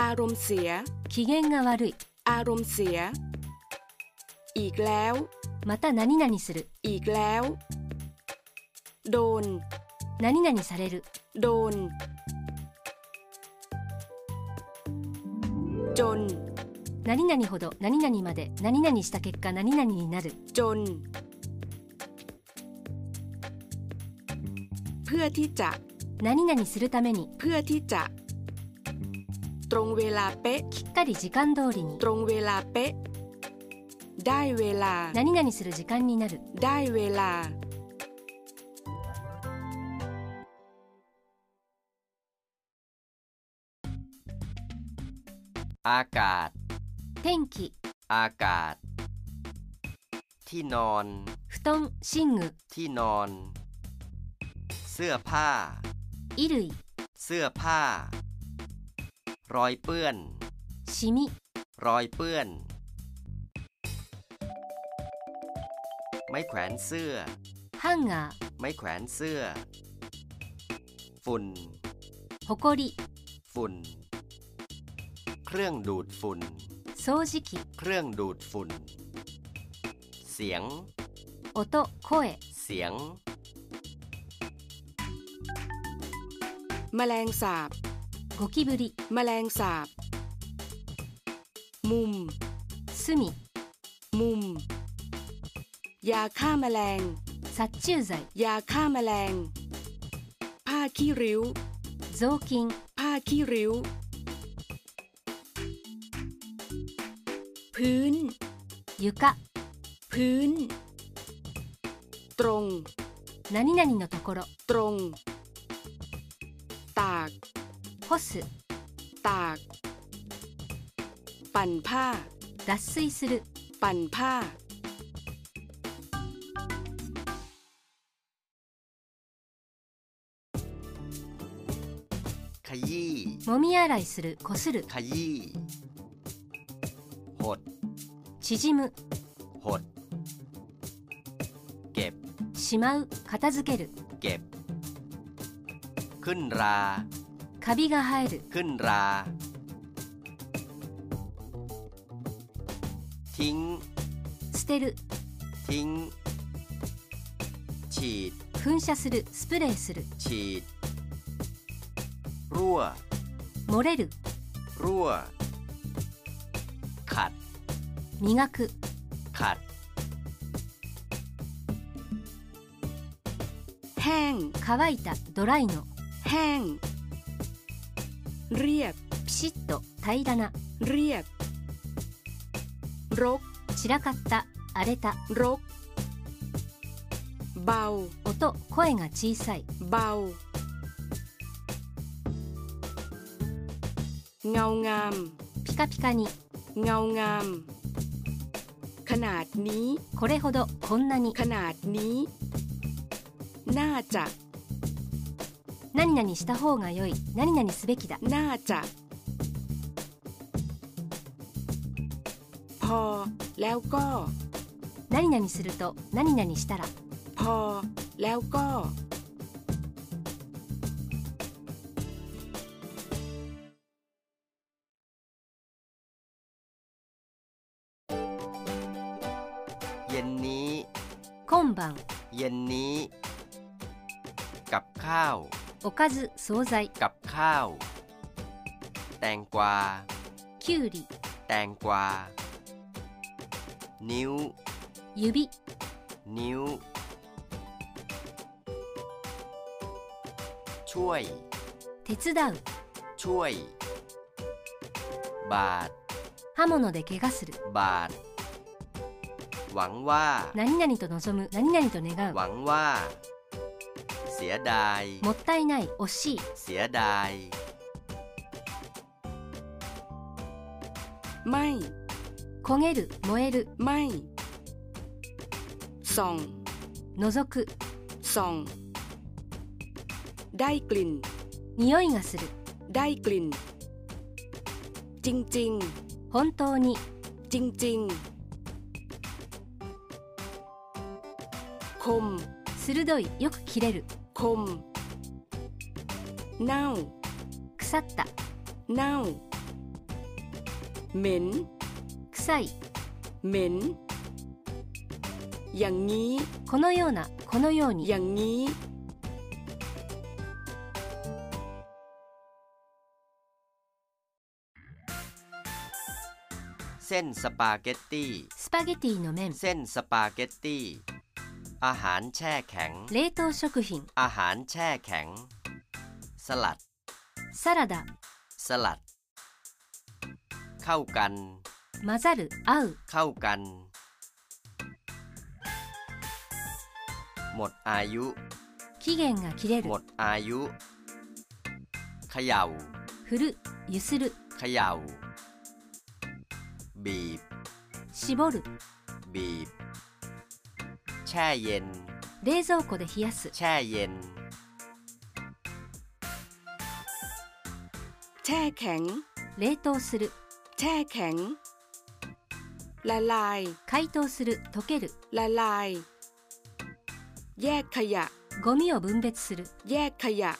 [SPEAKER 2] อารมณ์เสีย
[SPEAKER 1] 機嫌が悪い
[SPEAKER 2] อารมณ์เสีย อีกแล้ว
[SPEAKER 1] また何々する
[SPEAKER 2] อีกแล้ว โดน
[SPEAKER 1] 何々される
[SPEAKER 2] โดน จน
[SPEAKER 1] 何々ほど何々まで何々した結果何々になる
[SPEAKER 2] จน เพื่อที่จะ
[SPEAKER 1] 何々するために
[SPEAKER 2] เพื่อที่จะ ตรงเวลาเป๊ะ
[SPEAKER 1] きっかり時間通りに
[SPEAKER 2] ตรงเวลาเป๊ะ ได้เวลา
[SPEAKER 1] 何々する時間になる
[SPEAKER 2] ได้เวลา
[SPEAKER 3] อากาศ
[SPEAKER 1] 天気
[SPEAKER 3] อากาศ ที่นอน
[SPEAKER 1] 布団寝具
[SPEAKER 3] ที่นอน เสื้อผ้า
[SPEAKER 1] 衣類
[SPEAKER 3] เสื้อผ้า รอยเปื้อน
[SPEAKER 1] シミ
[SPEAKER 3] รอยเปื้อน ไม้แขวนเสื้อ
[SPEAKER 1] ハンガ
[SPEAKER 3] ไม้แขวนเสื้อ ฝุ่น
[SPEAKER 1] ーほこり
[SPEAKER 3] ฝุ่น เครื่องดูดฝุ่น
[SPEAKER 1] 掃除機
[SPEAKER 3] เครื่องดูดฝุ่น เสียง
[SPEAKER 1] 音声
[SPEAKER 3] เสียง
[SPEAKER 2] แมลงสาบ
[SPEAKER 1] ゴキブリ
[SPEAKER 2] แมลงสาบ มุม
[SPEAKER 1] 炭
[SPEAKER 2] มุม ยาฆ่าแมลง
[SPEAKER 1] 殺虫剤
[SPEAKER 2] ยาฆ่าแมลง ผ้าขี้ริ้ว
[SPEAKER 1] 雑巾
[SPEAKER 2] ผ้าขี้ริ้ว พื้น
[SPEAKER 1] 床
[SPEAKER 2] พื้น ตรง
[SPEAKER 1] 何々のところ
[SPEAKER 2] ตรง ตาก
[SPEAKER 1] 干す
[SPEAKER 2] ตาก ปั่นผ้า
[SPEAKER 1] 脱水する
[SPEAKER 2] ปั่นผ้า
[SPEAKER 3] ขยี้
[SPEAKER 1] もみ洗いするこする
[SPEAKER 3] ขยี้ หด
[SPEAKER 1] 縮む
[SPEAKER 3] หด เก็บ
[SPEAKER 1] しまう片付ける
[SPEAKER 3] เก็บ ขึ้นรา
[SPEAKER 1] カビが生える
[SPEAKER 3] ขึ้นรา ทิ้ง
[SPEAKER 1] 捨てる
[SPEAKER 3] ทิ้ง ฉีด
[SPEAKER 1] 噴射するスプレーする
[SPEAKER 3] ฉีด รั่ว
[SPEAKER 1] 漏れる
[SPEAKER 3] รั่ว ขัด
[SPEAKER 1] 磨く
[SPEAKER 3] ขัด
[SPEAKER 2] แห้ง
[SPEAKER 1] 乾いたドライの
[SPEAKER 2] แห้ง เรียบ
[SPEAKER 1] ピシッと平らな
[SPEAKER 2] เรียบ รก
[SPEAKER 1] 散らかった荒れた
[SPEAKER 2] รก เบา
[SPEAKER 1] 音声が小さい
[SPEAKER 2] เบา เงางาม
[SPEAKER 1] ピカピカに
[SPEAKER 2] เงางาม ขนาดนี้
[SPEAKER 1] これほどこんなに
[SPEAKER 2] ขนาดนี้ น่าจะ
[SPEAKER 1] 何々した方が良い何々すべきだ
[SPEAKER 2] น่าจะ พอ แล้วก็
[SPEAKER 1] 何々すると何々したら
[SPEAKER 2] พอ แล้วก็
[SPEAKER 3] เย็นนี้
[SPEAKER 1] 今晩
[SPEAKER 3] เย็นนี้ กับข้าว
[SPEAKER 1] おかず惣菜
[SPEAKER 3] กับข้าว แตงกวา
[SPEAKER 1] きゅうり
[SPEAKER 3] แตงกวา นิ้ว
[SPEAKER 1] 指
[SPEAKER 3] นิ้ว ช่วย
[SPEAKER 1] 手伝う
[SPEAKER 3] ช่วย บาท
[SPEAKER 1] 刃物で怪我する
[SPEAKER 3] บาท หวังว่า
[SPEAKER 1] 何々と望む何々と願
[SPEAKER 3] หวั
[SPEAKER 1] うん
[SPEAKER 3] ว่า เสียดาย
[SPEAKER 1] もったいない惜しい
[SPEAKER 3] เสียดาย
[SPEAKER 2] ไม่
[SPEAKER 1] 焦げる燃える
[SPEAKER 2] ไม่ส่อง
[SPEAKER 1] 覗く
[SPEAKER 2] ส่อง ได้กลิ่น
[SPEAKER 1] 匂いがする
[SPEAKER 2] ได้กลิ่น จริง
[SPEAKER 1] 本当に
[SPEAKER 2] ๆ จริงๆ คม
[SPEAKER 1] 鋭いよく切れる
[SPEAKER 2] คม เน่า
[SPEAKER 1] 腐った
[SPEAKER 2] เน่า เหม็น
[SPEAKER 1] 臭い
[SPEAKER 2] เหม็น อย่างนี้
[SPEAKER 1] このようなこのように
[SPEAKER 2] อย่างนี้
[SPEAKER 3] เส้นสปาเกตตี้
[SPEAKER 1] スパゲティの麺
[SPEAKER 3] เส้นสปาเกตตี้ อาหารแช่แข็ง
[SPEAKER 1] 冷凍食品
[SPEAKER 3] อาหารแช่แข็ง สลัด
[SPEAKER 1] サラダ
[SPEAKER 3] สลัด เข้ากัน
[SPEAKER 1] 混ざる合う
[SPEAKER 3] เข้ากัน หมดอายุ
[SPEAKER 1] 期限が切れ
[SPEAKER 3] ห
[SPEAKER 1] る
[SPEAKER 3] มดอายุ เขย่า
[SPEAKER 1] 振るゆする
[SPEAKER 3] เขย่า บีบ
[SPEAKER 1] 絞る
[SPEAKER 3] บีบ แช่เย็น
[SPEAKER 1] 冷蔵庫で冷やす
[SPEAKER 3] แช่เย็น
[SPEAKER 2] แช่แข็ง
[SPEAKER 1] 冷凍する
[SPEAKER 2] แช่แข็ง ละลาย
[SPEAKER 1] 解凍する溶ける
[SPEAKER 2] ละลาย แยกขยะ
[SPEAKER 1] ゴミを分別する
[SPEAKER 2] แยกขยะ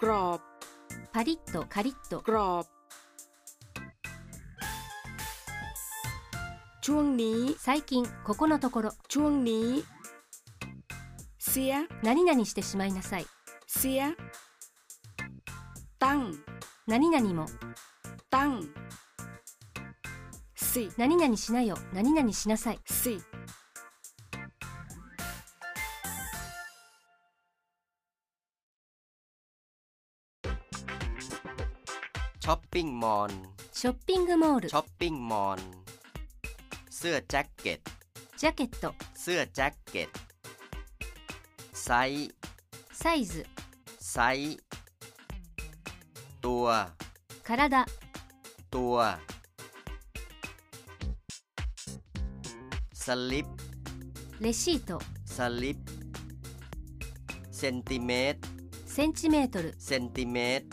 [SPEAKER 2] กรอบ
[SPEAKER 1] パリッとカリッと
[SPEAKER 2] กรอบ ช่วงนี้
[SPEAKER 1] 最近ここのところ
[SPEAKER 2] ช่วงนี้ เสีย
[SPEAKER 1] 何々してしまいなさい
[SPEAKER 2] เสีย ตั้ง
[SPEAKER 1] 何々も
[SPEAKER 2] ตั้ง สิ
[SPEAKER 1] 何々しなよ何々しなさい
[SPEAKER 2] สิ
[SPEAKER 3] ช้อปปิ้งมอล
[SPEAKER 1] ショッピングモール
[SPEAKER 3] ช้อปปิ้งมอลเสื้อแจ็คเก็ต
[SPEAKER 1] ジャケット
[SPEAKER 3] เสื้อแจ็คเก็ต ไซส์
[SPEAKER 1] サイズ
[SPEAKER 3] ไซส์ตัว
[SPEAKER 1] 体
[SPEAKER 3] ตัว สลิป
[SPEAKER 1] レシート
[SPEAKER 3] สลิป เซนติเมตร
[SPEAKER 1] センチメートル
[SPEAKER 3] เซนติเมตร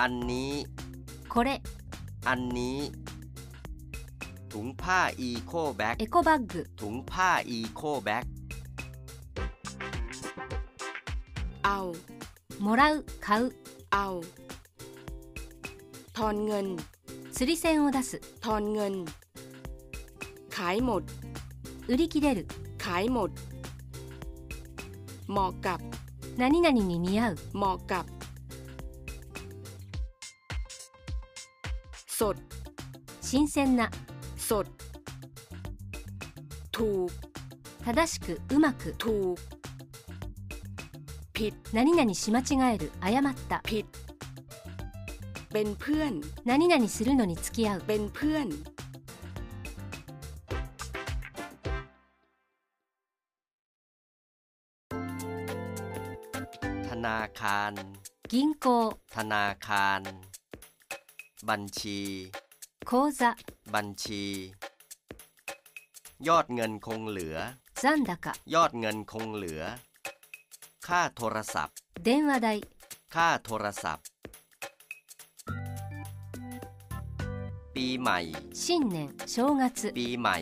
[SPEAKER 3] อันนี้
[SPEAKER 1] これ
[SPEAKER 3] อันนี้ ถุงผ้าอีโคแบ็ก
[SPEAKER 1] エコバッグ
[SPEAKER 3] ถุงผ้าอีโคแบ็ก
[SPEAKER 2] เอา
[SPEAKER 1] もらう買う
[SPEAKER 2] เอา ทอนเงิน
[SPEAKER 1] 釣り銭を出す
[SPEAKER 2] ทอนเงิน ขายหมด
[SPEAKER 1] 売り切れる
[SPEAKER 2] ขายหมด เหมาะกับ
[SPEAKER 1] 何々に似合う
[SPEAKER 2] เหมาะกับ สด
[SPEAKER 1] 新鮮な
[SPEAKER 2] สด ถูก
[SPEAKER 1] 正しくうまく
[SPEAKER 2] ถูก ผิด
[SPEAKER 1] 何々し間違える誤った
[SPEAKER 2] ผิด เป็นเพื่อน
[SPEAKER 1] 何々するのに付き合う
[SPEAKER 2] เป็นเพื่อน
[SPEAKER 3] ธนาคาร
[SPEAKER 1] 銀行
[SPEAKER 3] ธนาคาร บัญชี
[SPEAKER 1] 口座
[SPEAKER 3] บัญชี ยอดเงินคงเหลือ
[SPEAKER 1] 残残高、
[SPEAKER 3] ยอดเงินคงเหลือ ค่าโทรศัพท์
[SPEAKER 1] 電話代、
[SPEAKER 3] ค่าโทรศัพท์ ปีใหม่
[SPEAKER 1] 新年、正月、
[SPEAKER 3] ปีใหม่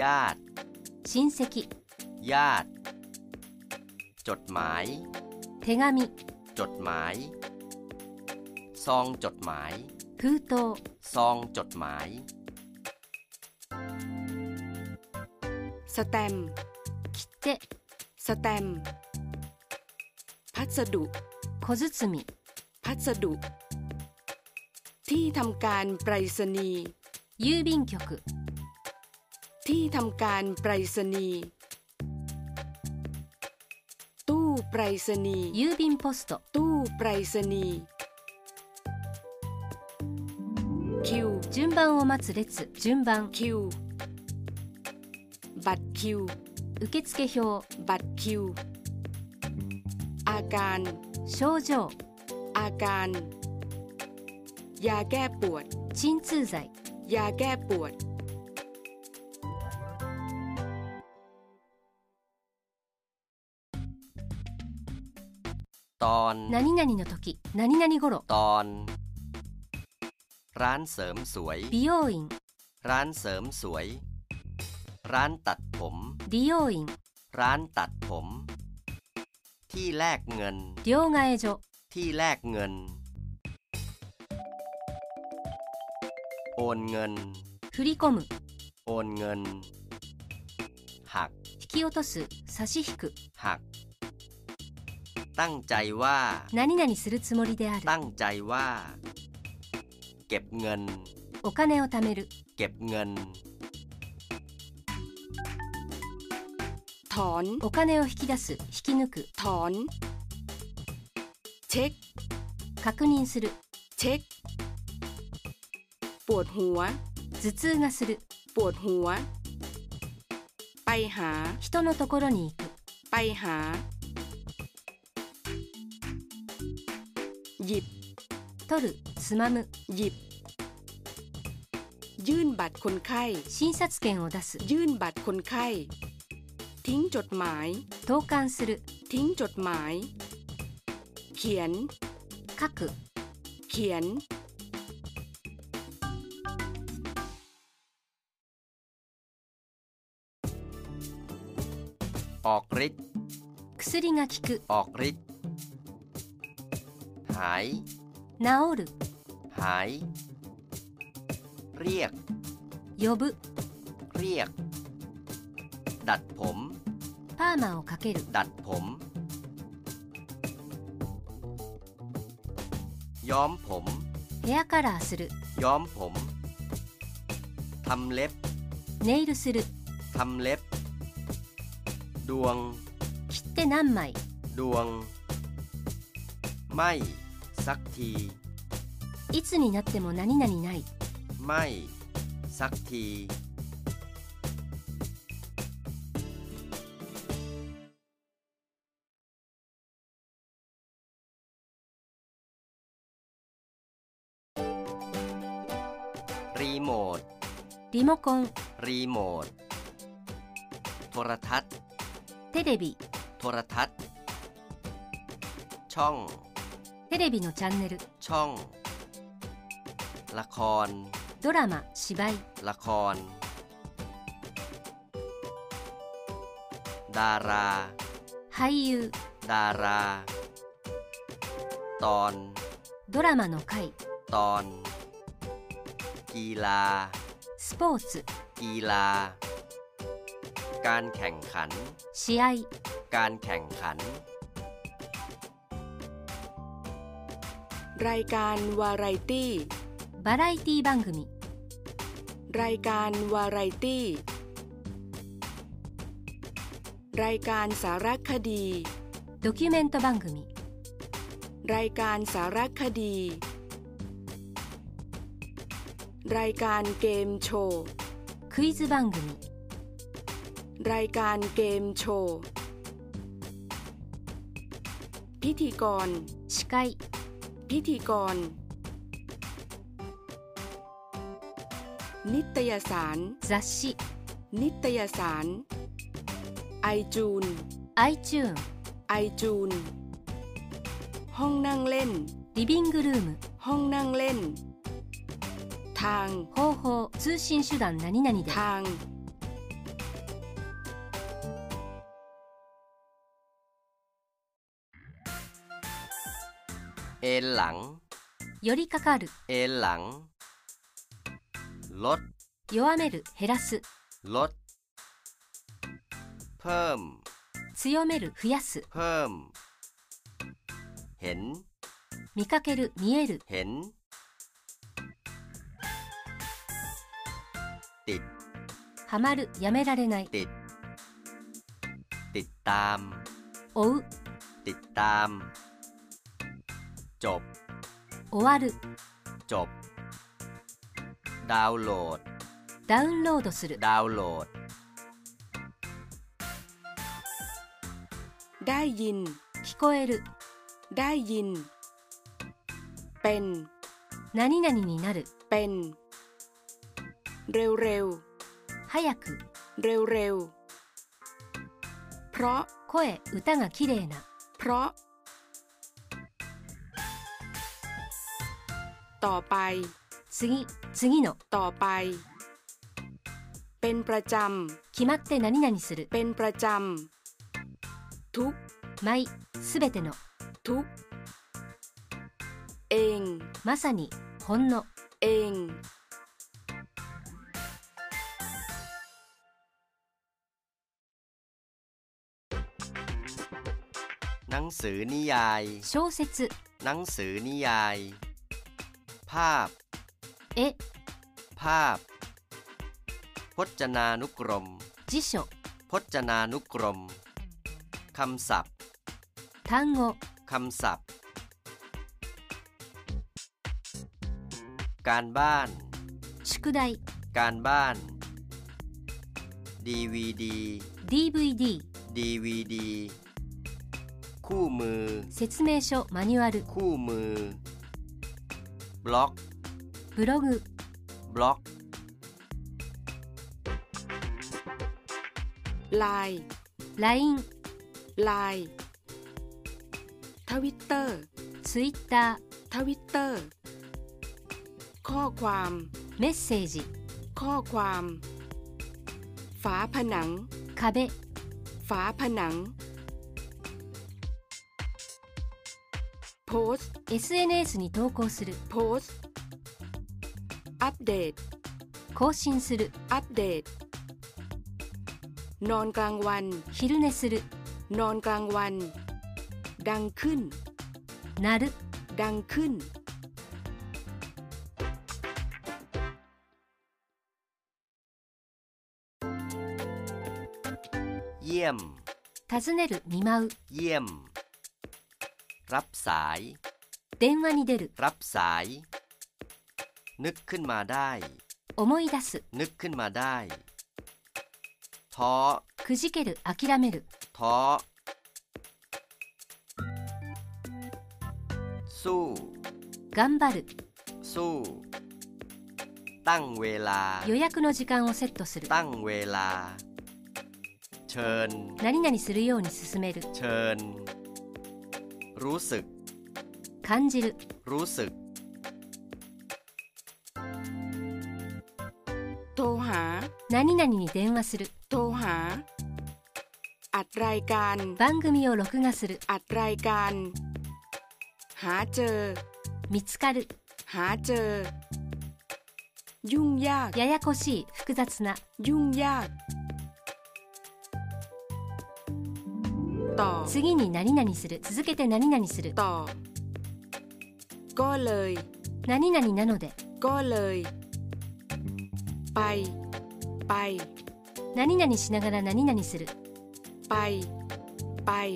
[SPEAKER 3] ญาติ
[SPEAKER 1] 親戚、
[SPEAKER 3] ญาติ จดหมาย
[SPEAKER 1] 手紙、
[SPEAKER 3] จดหมาย ซองจดหมาย
[SPEAKER 1] 封筒、
[SPEAKER 3] ซองจดหมาย
[SPEAKER 2] สแตมป์
[SPEAKER 1] 切手、
[SPEAKER 2] สแตมป์พัสดุ
[SPEAKER 1] 小包、
[SPEAKER 2] พัสดุ ที่ทำการไปรษณีย์
[SPEAKER 1] 郵便局、
[SPEAKER 2] ที่ทำการไปรษณีย์ ตู้ไปรษณีย์
[SPEAKER 1] 郵便ポスト、
[SPEAKER 2] ตู้ไปรษณีย์ คิว
[SPEAKER 1] 順番を待つ列、順番、
[SPEAKER 2] คิว บัตรคิว
[SPEAKER 1] 受付表、
[SPEAKER 2] บัตรคิว อาการ
[SPEAKER 1] 症状、
[SPEAKER 2] อาการ ยาแก้ปวด
[SPEAKER 1] 鎮痛剤、
[SPEAKER 2] ยาแก้ปวด
[SPEAKER 3] ตอน
[SPEAKER 1] 何々の時、何々頃、
[SPEAKER 3] ตอน ร้านเสริมสวย
[SPEAKER 1] 美容院、
[SPEAKER 3] ร้านเสริมสวย ร้านตัดผม
[SPEAKER 1] 理容院、
[SPEAKER 3] ร้านตัดผม ที่แลกเงิน
[SPEAKER 1] 両替所、
[SPEAKER 3] ที่แลกเงิน โอนเงิน
[SPEAKER 1] 振り込む、
[SPEAKER 3] โอนเงิน หัก
[SPEAKER 1] 引き落とす、差し引く、
[SPEAKER 3] หัก ตั้งใจว่า
[SPEAKER 1] 何々するつもりである、
[SPEAKER 3] ตั้งใจว่า เก็บเงิน
[SPEAKER 1] お金を貯める、
[SPEAKER 3] เก็บเงิน
[SPEAKER 2] ถอน
[SPEAKER 1] お金を引き出す、引き抜く、
[SPEAKER 2] ถอน เช็ค
[SPEAKER 1] 確認する、
[SPEAKER 2] เช็ค ปวดหัว
[SPEAKER 1] 頭痛がする、
[SPEAKER 2] ปวดหัว ไปหา
[SPEAKER 1] 人のところに行く、
[SPEAKER 2] ไปหา หยิบ
[SPEAKER 1] 取る、つまむ、
[SPEAKER 2] หยิบ ยื่นบัตรคนไข้
[SPEAKER 1] 診察券を出す、
[SPEAKER 2] ยื่นบัตรคนไข้ ทิ้งจดหมาย
[SPEAKER 1] 投函する、
[SPEAKER 2] ทิ้งจดหมาย เขียน
[SPEAKER 1] 書く、
[SPEAKER 2] เขียน
[SPEAKER 3] ออกฤทธิ์
[SPEAKER 1] 薬が効く、
[SPEAKER 3] ออกฤทธิ์ หาย
[SPEAKER 1] 治る、
[SPEAKER 3] หาย เรียก
[SPEAKER 1] 呼ぶ、
[SPEAKER 3] เรียก ดัดผม
[SPEAKER 1] パーマをかける、
[SPEAKER 3] ดัดผม ย้อมผม
[SPEAKER 1] ヘアカラーする、
[SPEAKER 3] ย้อมผมทำเล็บ
[SPEAKER 1] ネイルする、
[SPEAKER 3] ทำเล็บ ดวง
[SPEAKER 1] 切って何枚、
[SPEAKER 3] ดวง ไม่ สักที
[SPEAKER 1] いつになっても何々ない、
[SPEAKER 3] ไม่ สักที รีโมท
[SPEAKER 1] リモコン、
[SPEAKER 3] รีโมท โทรทัศน์
[SPEAKER 1] テレビ、
[SPEAKER 3] โทรทัศน์ ช่อง
[SPEAKER 1] テレビのチャンネル、
[SPEAKER 3] ช่อง ละคร
[SPEAKER 1] ドラマ、芝居、
[SPEAKER 3] ละคร ดารา
[SPEAKER 1] 俳優、
[SPEAKER 3] ดารา ตอน
[SPEAKER 1] ドラマの回、
[SPEAKER 3] ตอน กีฬา
[SPEAKER 1] スポーツ、
[SPEAKER 3] กีฬา การแข่งขัน
[SPEAKER 1] 試合、
[SPEAKER 3] การแข่งขัน
[SPEAKER 2] รายการวาไรตี้
[SPEAKER 1] バラエティ番組、
[SPEAKER 2] รายการวาไรตี้ รายการสารคดี
[SPEAKER 1] ドキュメント番組、
[SPEAKER 2] รายการสารคดี รายการเกมโชว์
[SPEAKER 1] クイズ番組、
[SPEAKER 2] รายการเกมโชว์ พิธีกร
[SPEAKER 1] 司会、
[SPEAKER 2] พิธีกร นิตยสาร
[SPEAKER 1] 雑誌、
[SPEAKER 2] นิตยสาร ไอจูน
[SPEAKER 1] iTune
[SPEAKER 2] ไอจูน ห้องนั่งเล่น
[SPEAKER 1] リビングルーム
[SPEAKER 2] ห้องนั่งเล่น ทาง
[SPEAKER 1] 方法通信手段何々で
[SPEAKER 2] ทาง
[SPEAKER 3] เอนหลัง
[SPEAKER 1] 寄りかかる
[SPEAKER 3] เอนหลัง ลด
[SPEAKER 1] 弱める減らす
[SPEAKER 3] ลด เพิ่ม
[SPEAKER 1] 強める増やす
[SPEAKER 3] เพิ่ม เห็น
[SPEAKER 1] 見かける見える
[SPEAKER 3] เห็น ติด
[SPEAKER 1] はまるやめられない
[SPEAKER 3] ติด ติดตาม
[SPEAKER 1] 追う
[SPEAKER 3] ติดตาม จบ
[SPEAKER 1] 終わる
[SPEAKER 3] จบ ดาวน์โหลด
[SPEAKER 1] ダウンロードする
[SPEAKER 3] ดาวน์โหลด
[SPEAKER 2] ได้ยิน
[SPEAKER 1] 聞こえる
[SPEAKER 2] ได้ยิน เป็น
[SPEAKER 1] 何々になる
[SPEAKER 2] เป็น เร็วเร็ว
[SPEAKER 1] 早く
[SPEAKER 2] เร็วเร็วๆเพราะ
[SPEAKER 1] 声歌がきれいな
[SPEAKER 2] เพราะ ต่อไป
[SPEAKER 1] 次次の
[SPEAKER 2] ต่อไป เป็นประจ
[SPEAKER 1] 決まって何々する
[SPEAKER 2] ำ เป็นประจำ ทุก
[SPEAKER 1] 毎すべての
[SPEAKER 2] ทุก เอง
[SPEAKER 1] まさにほんの
[SPEAKER 2] เอง
[SPEAKER 3] หนังสือนิยาย
[SPEAKER 1] 小説
[SPEAKER 3] หนังสือนิยาย ภาพ
[SPEAKER 1] 絵
[SPEAKER 3] ภาพ พจนานุกรม
[SPEAKER 1] 辞書
[SPEAKER 3] พจนานุกรม คำศัพท์
[SPEAKER 1] 単語
[SPEAKER 3] คำศัพท์ การบ้าน
[SPEAKER 1] 宿題
[SPEAKER 3] การบ้าน ดีวีดี
[SPEAKER 1] DVD
[SPEAKER 3] ดีวีดี คู่มือ
[SPEAKER 1] 説明書マニュアル
[SPEAKER 3] คู่มือ บล็อก
[SPEAKER 1] ブログ
[SPEAKER 3] บล็อก
[SPEAKER 2] ลาย
[SPEAKER 1] LINE
[SPEAKER 2] ลาย ทวิตเตอร์
[SPEAKER 1] Twitter
[SPEAKER 2] ทวิตเตอร์ ข้อความ
[SPEAKER 1] メッセージ
[SPEAKER 2] ข้อความ ฝาผนัง
[SPEAKER 1] 壁
[SPEAKER 2] ฝาผนัง โพสต์
[SPEAKER 1] SNS に投稿する
[SPEAKER 2] โพสต์ อัปเดต
[SPEAKER 1] 更新する
[SPEAKER 2] อัปเดต นอนกลางวัน
[SPEAKER 1] 昼寝する
[SPEAKER 2] นอนกลางวัน ดังขึ้น
[SPEAKER 1] なる
[SPEAKER 2] ดังขึ้น
[SPEAKER 3] เยี่ยม
[SPEAKER 1] 尋ねる見舞う
[SPEAKER 3] เยี่ยม รับสาย
[SPEAKER 1] 電話に出る
[SPEAKER 3] รับสาย นึกขึ้นมาได้
[SPEAKER 1] 思い出す
[SPEAKER 3] นึกขึ้นมาได้ ท้อ
[SPEAKER 1] くじける諦める
[SPEAKER 3] ท้อ สู้
[SPEAKER 1] 頑張る
[SPEAKER 3] สู้ ตั้งเวลา
[SPEAKER 1] 予約の時間をセットする
[SPEAKER 3] ตั้งเวลา เชิญ
[SPEAKER 1] 何々するように進める
[SPEAKER 3] เชิญ รู้สึก
[SPEAKER 1] 感じる
[SPEAKER 3] รู้สึก
[SPEAKER 2] โทรหา
[SPEAKER 1] 何々に電話する
[SPEAKER 2] โทรหา อัดรายการ
[SPEAKER 1] 番組を録画する
[SPEAKER 2] อัดรายการ หาเจอ
[SPEAKER 1] 見つかる
[SPEAKER 2] หาเจอ ยุ่งยาก
[SPEAKER 1] ややこしい複雑な
[SPEAKER 2] ยุ่งยาก ต่อ
[SPEAKER 1] 次に何々する続けて何々する
[SPEAKER 2] ต่อ ก็เลย
[SPEAKER 1] 何々なので
[SPEAKER 2] ก็เลย ไป ไป
[SPEAKER 1] 何々しながら何々する
[SPEAKER 2] ไป ไป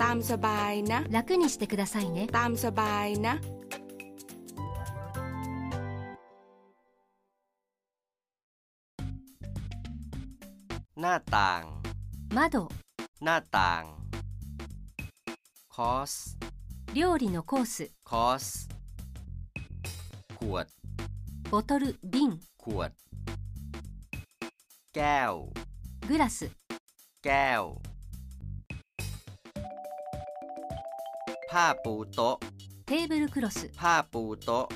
[SPEAKER 2] ตามสบายนะ
[SPEAKER 1] 楽にしてくださいね
[SPEAKER 2] ตามสบายนะ
[SPEAKER 3] หน้าต่าง
[SPEAKER 1] 窓
[SPEAKER 3] หน้าต่าง คอส
[SPEAKER 1] 料理のコース
[SPEAKER 3] คอส ขวด
[SPEAKER 1] ボトル瓶
[SPEAKER 3] ข วด แก้ว
[SPEAKER 1] グラス、
[SPEAKER 3] แก้ว ผ้าปูโต๊ะ
[SPEAKER 1] テーブルクロス、
[SPEAKER 3] ผ้าปูโต๊ะ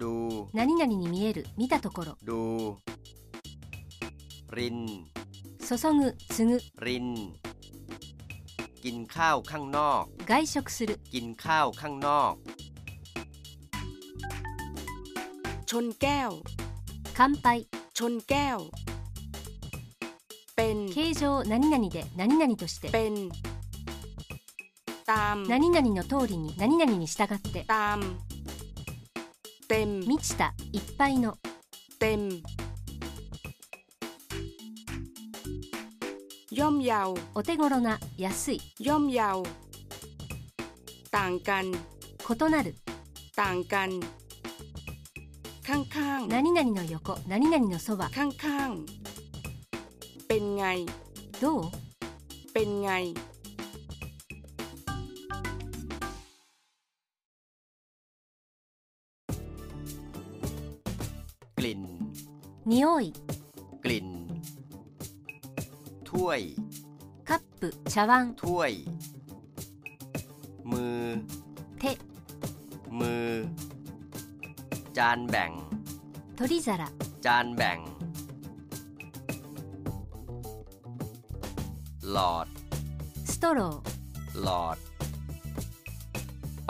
[SPEAKER 3] ดู
[SPEAKER 1] 何々に見える、見たところ、
[SPEAKER 3] ดู ริน
[SPEAKER 1] 注ぐ、継ぐ、
[SPEAKER 3] ริน กินข้าวข้างนอก
[SPEAKER 1] 外食する、
[SPEAKER 3] กินข้าวข้างนอก
[SPEAKER 2] ชนแก้ว
[SPEAKER 1] 乾杯、
[SPEAKER 2] ชนแก้ว เป็น
[SPEAKER 1] 形状何々で何々として、
[SPEAKER 2] เป็น ตาม
[SPEAKER 1] 何々の通りに何々に従って、
[SPEAKER 2] ตาม เต็ม
[SPEAKER 1] 満ちた、いっぱいの、
[SPEAKER 2] เต็ม ย่อมเยา
[SPEAKER 1] お手頃な、安い、
[SPEAKER 2] ย่อมเยา ต่างกัน
[SPEAKER 1] 異なる、
[SPEAKER 2] ต่างกัน ข้างข้าง
[SPEAKER 1] 何々の横、何々のそば、
[SPEAKER 2] ข้างข้างๆ เป็นไง
[SPEAKER 1] どう
[SPEAKER 2] เป็นไง
[SPEAKER 3] กลิ่น
[SPEAKER 1] 匂い、
[SPEAKER 3] กลิ่น ถ้วย
[SPEAKER 1] カップ、茶碗、
[SPEAKER 3] ถ้วย มือ
[SPEAKER 1] 手、
[SPEAKER 3] มือ จานแบ่ง
[SPEAKER 1] 取り皿、
[SPEAKER 3] จานแบ่ง หลอด
[SPEAKER 1] ストロ
[SPEAKER 3] หลอด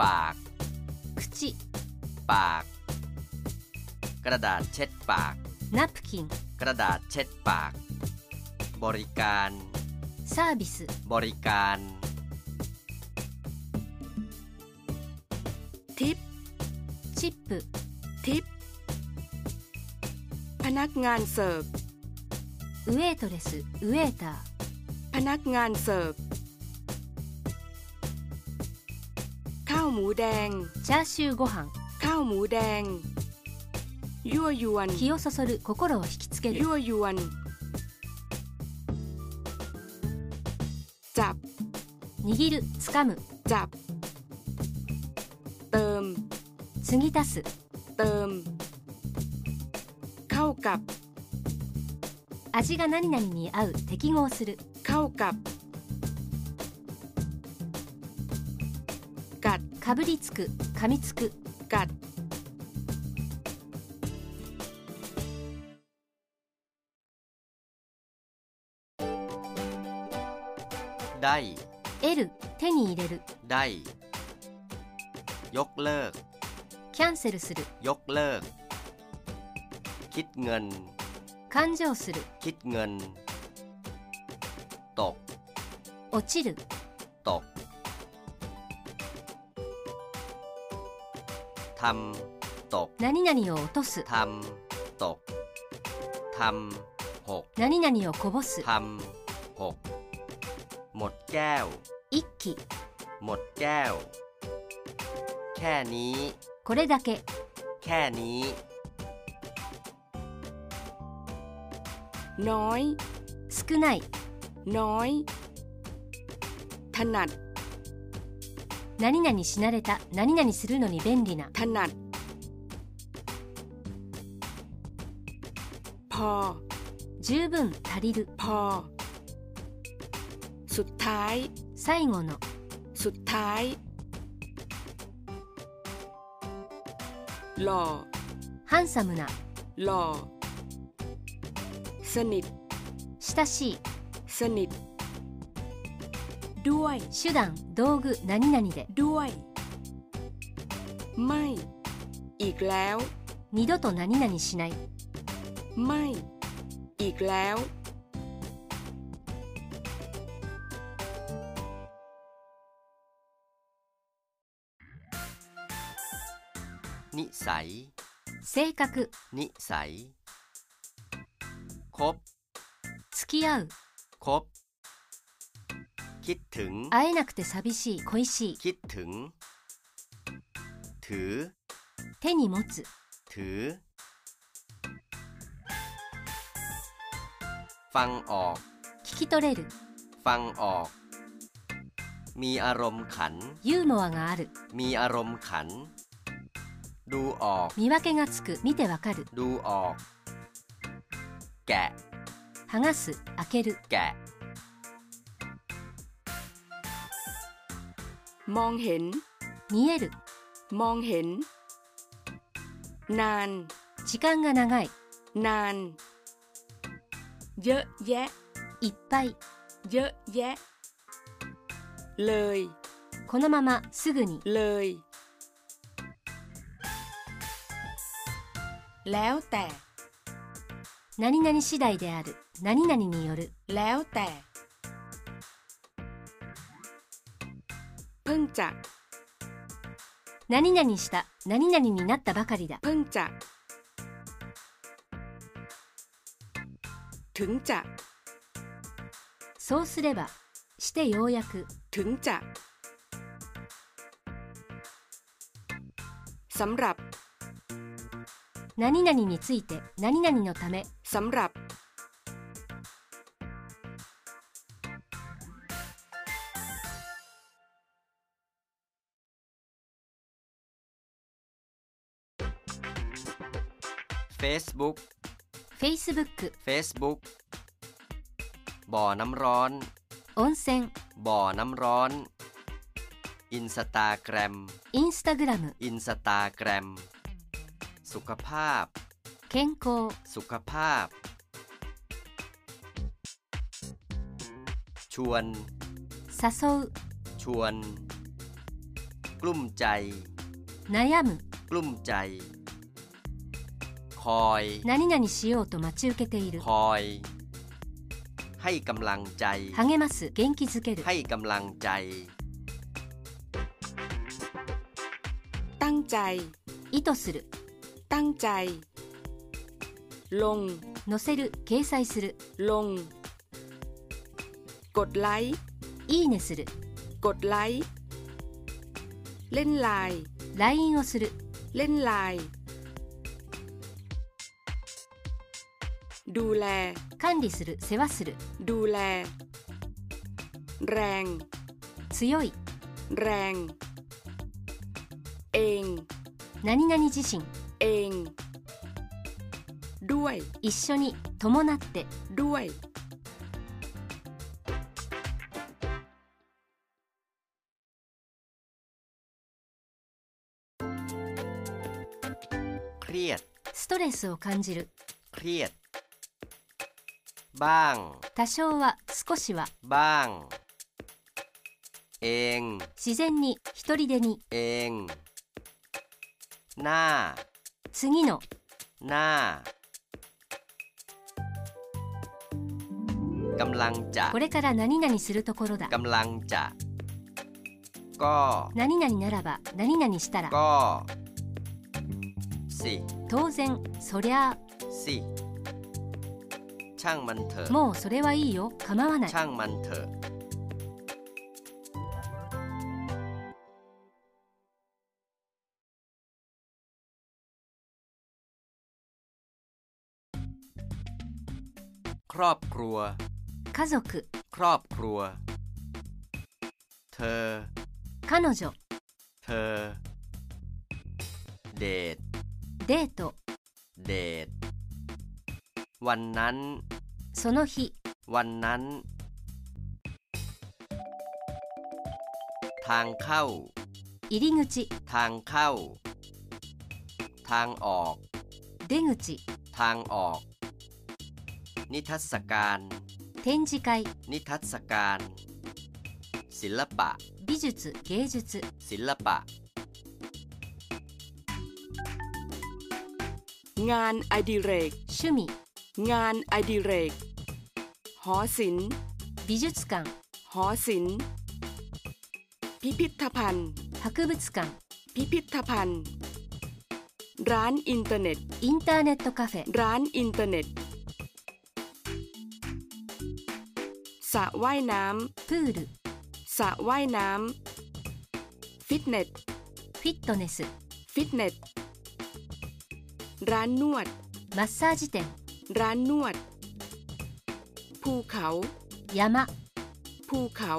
[SPEAKER 3] ปาก
[SPEAKER 1] ー、口、
[SPEAKER 3] ปาก กระดาษเช็ดปาก
[SPEAKER 1] ナプキン、
[SPEAKER 3] กระดาษเช็ดปาก บริการ
[SPEAKER 1] サービス、
[SPEAKER 3] บริการ
[SPEAKER 2] ทิป
[SPEAKER 1] チップ、
[SPEAKER 2] ทิปพนักงานเสิร์ฟ
[SPEAKER 1] ウェイトレス、ウェイター、
[SPEAKER 2] พนักงานเสิร์ฟ ข้าวหมูแดง
[SPEAKER 1] チャーシューご飯、
[SPEAKER 2] ข้าวหมูแดง ยั่วยวน
[SPEAKER 1] 気をそそる、心を引きつける、
[SPEAKER 2] ยั่วยวน จับ
[SPEAKER 1] 握る、掴む、
[SPEAKER 2] จับ เติม
[SPEAKER 1] 継ぎ足す、
[SPEAKER 2] เติม เข้ากับ
[SPEAKER 1] 味が何々に合う、適合する、
[SPEAKER 2] เข้ากับ กัด
[SPEAKER 1] かぶりつく、噛みつく、
[SPEAKER 2] กัด
[SPEAKER 3] ได้
[SPEAKER 1] 得る、手に入れる、
[SPEAKER 3] ได้ ยกเลิก
[SPEAKER 1] キャンセルする、
[SPEAKER 3] ยกเลิก คิดเงิน
[SPEAKER 1] 勘定する、
[SPEAKER 3] คิดเงิน ตก
[SPEAKER 1] 落ちる、
[SPEAKER 3] ตก ทำ ตก
[SPEAKER 1] 何々を落とす、
[SPEAKER 3] ทำ ตก ทำหก
[SPEAKER 1] 何々をこぼす
[SPEAKER 3] ทำหก หมดแก้ว
[SPEAKER 1] 一気
[SPEAKER 3] หมดแก้ว แค่นี้
[SPEAKER 1] これだけ
[SPEAKER 3] แค่นี้
[SPEAKER 2] น้อย
[SPEAKER 1] 少ない
[SPEAKER 2] น้อย ถนัด
[SPEAKER 1] 何々しなれた何々するのに便利な
[SPEAKER 2] ถนัด พอ
[SPEAKER 1] 十分足りる
[SPEAKER 2] พอ สุดท้าย
[SPEAKER 1] 最後の
[SPEAKER 2] สุดท้าย หล่อ
[SPEAKER 1] ハンサムな
[SPEAKER 2] หล่อ สนิท
[SPEAKER 1] 親しい
[SPEAKER 2] สนิท ด้วย
[SPEAKER 1] 手段道具何々で
[SPEAKER 2] ด้วย ไม่ อีกแล้ว
[SPEAKER 1] 二度と何々しない
[SPEAKER 2] ไม่ อีกแล้ว
[SPEAKER 3] นิสัย
[SPEAKER 1] 性格
[SPEAKER 3] นิสัย คบ
[SPEAKER 1] 付き合う
[SPEAKER 3] คบ คิดถึง
[SPEAKER 1] 会えなくて寂しい恋しい
[SPEAKER 3] คิดถึง ถือ
[SPEAKER 1] 手に持つ
[SPEAKER 3] ถือ ฟังออก
[SPEAKER 1] 聞き取れる
[SPEAKER 3] ฟังออก มีอารมณ์ขัน
[SPEAKER 1] ユーモアがある
[SPEAKER 3] มีอารมณ์ขัน ดูออก
[SPEAKER 1] 見分けがつく見てわかる
[SPEAKER 3] ดูออก แกะ
[SPEAKER 1] 剥がす開ける
[SPEAKER 3] แกะ
[SPEAKER 2] มองเห็น
[SPEAKER 1] 見える
[SPEAKER 2] มองเห็น นาน
[SPEAKER 1] 時間が長い
[SPEAKER 2] นาน เยอะแยะ
[SPEAKER 1] いっぱい
[SPEAKER 2] เยอะแยะ เลย
[SPEAKER 1] このまますぐに
[SPEAKER 2] เลย แล้วแต่
[SPEAKER 1] 何々次第である何々による
[SPEAKER 2] แล้วแต่ เพิ่งจะ
[SPEAKER 1] 何々した何々になったばかりだ
[SPEAKER 2] เพิ่งจะ ถึงจะ
[SPEAKER 1] そうすればしてようやく
[SPEAKER 2] ถึงจะสำหรับ
[SPEAKER 1] 何々について何々のため
[SPEAKER 2] สำหรับ
[SPEAKER 3] Facebook
[SPEAKER 1] Facebook
[SPEAKER 3] Facebook บ่อน้ำร้อน
[SPEAKER 1] 温泉
[SPEAKER 3] บ่อน้ำร้อน อินสตาแกรม
[SPEAKER 1] インスタグラム
[SPEAKER 3] อินสตาแกรม สุขภาพ
[SPEAKER 1] 健康
[SPEAKER 3] สุขภาพ ชวน
[SPEAKER 1] 誘う
[SPEAKER 3] ชวน กลุ้มใจ
[SPEAKER 1] 悩む
[SPEAKER 3] กลุ้มใจ คอย
[SPEAKER 1] 何々しようと待ち受けている
[SPEAKER 3] คอย ให้กำลังใจ
[SPEAKER 1] 励ます元気づける
[SPEAKER 3] ให้กำลังใจ
[SPEAKER 2] ตั้งใจ
[SPEAKER 1] 意図する
[SPEAKER 2] ตั้งใจ ลง
[SPEAKER 1] 載せる掲載する
[SPEAKER 2] ลง กดไลค์
[SPEAKER 1] いいねする
[SPEAKER 2] กดไลค์ เล่นไลน์
[SPEAKER 1] LINE をする
[SPEAKER 2] เล่นไลน์ดูแล
[SPEAKER 1] 管理する世話する
[SPEAKER 2] ดูแล แรง
[SPEAKER 1] 強い
[SPEAKER 2] แรง เอง
[SPEAKER 1] 何々自身
[SPEAKER 2] เอง ด้วย
[SPEAKER 1] 一緒に伴って
[SPEAKER 2] ด้วย
[SPEAKER 3] เครียด
[SPEAKER 1] ストレスを感じる
[SPEAKER 3] เครียด บ้าง
[SPEAKER 1] 多少は少しは
[SPEAKER 3] บ้าง เอง
[SPEAKER 1] 自然に一人でに
[SPEAKER 3] เอง หน้า
[SPEAKER 1] 次の
[SPEAKER 3] หน้า กำลังจะ
[SPEAKER 1] これから何々するところだ
[SPEAKER 3] กำลังจะ ก็
[SPEAKER 1] 何々ならば何々したら
[SPEAKER 3] ก็ สิ
[SPEAKER 1] 当然そりゃ
[SPEAKER 3] สิ ช่างมันเถอะ
[SPEAKER 1] あもうそれはいいよ構わない
[SPEAKER 3] ช่างมันเถอะครอบครัว
[SPEAKER 1] 家族
[SPEAKER 3] ครอบครัว เธอ
[SPEAKER 1] 彼女
[SPEAKER 3] เธอ เดท
[SPEAKER 1] デート
[SPEAKER 3] เดท วันนั้น
[SPEAKER 1] その日
[SPEAKER 3] วันนั้น ทางเข้า
[SPEAKER 1] 入り口
[SPEAKER 3] ทางเข้า ทางออก
[SPEAKER 1] 出口
[SPEAKER 3] ทางออก นิทัศการ
[SPEAKER 1] 展示会
[SPEAKER 3] นิทัศการ ศิลปะ
[SPEAKER 1] 美術芸術
[SPEAKER 3] ศิลปะ
[SPEAKER 2] งานอดิเรก
[SPEAKER 1] 趣味
[SPEAKER 2] งานอดิเรก หอศิลป์
[SPEAKER 1] 美術館
[SPEAKER 2] หอศิลป์ พิพิธภัณฑ์
[SPEAKER 1] 博物館
[SPEAKER 2] พิพิธภัณฑ์ ร้านอินเทอร์เน็ต
[SPEAKER 1] インターネットカフェ
[SPEAKER 2] ร้านอินเทอร์เน็ตสระว่ายน้
[SPEAKER 1] プール
[SPEAKER 2] ำสระว่ายน้ำฟิตเนส
[SPEAKER 1] フィットネス
[SPEAKER 2] ฟิตเนส ร้านนวด
[SPEAKER 1] マッサージ店
[SPEAKER 2] ร้านนวด ภูเขา
[SPEAKER 1] 山
[SPEAKER 2] ภูเขา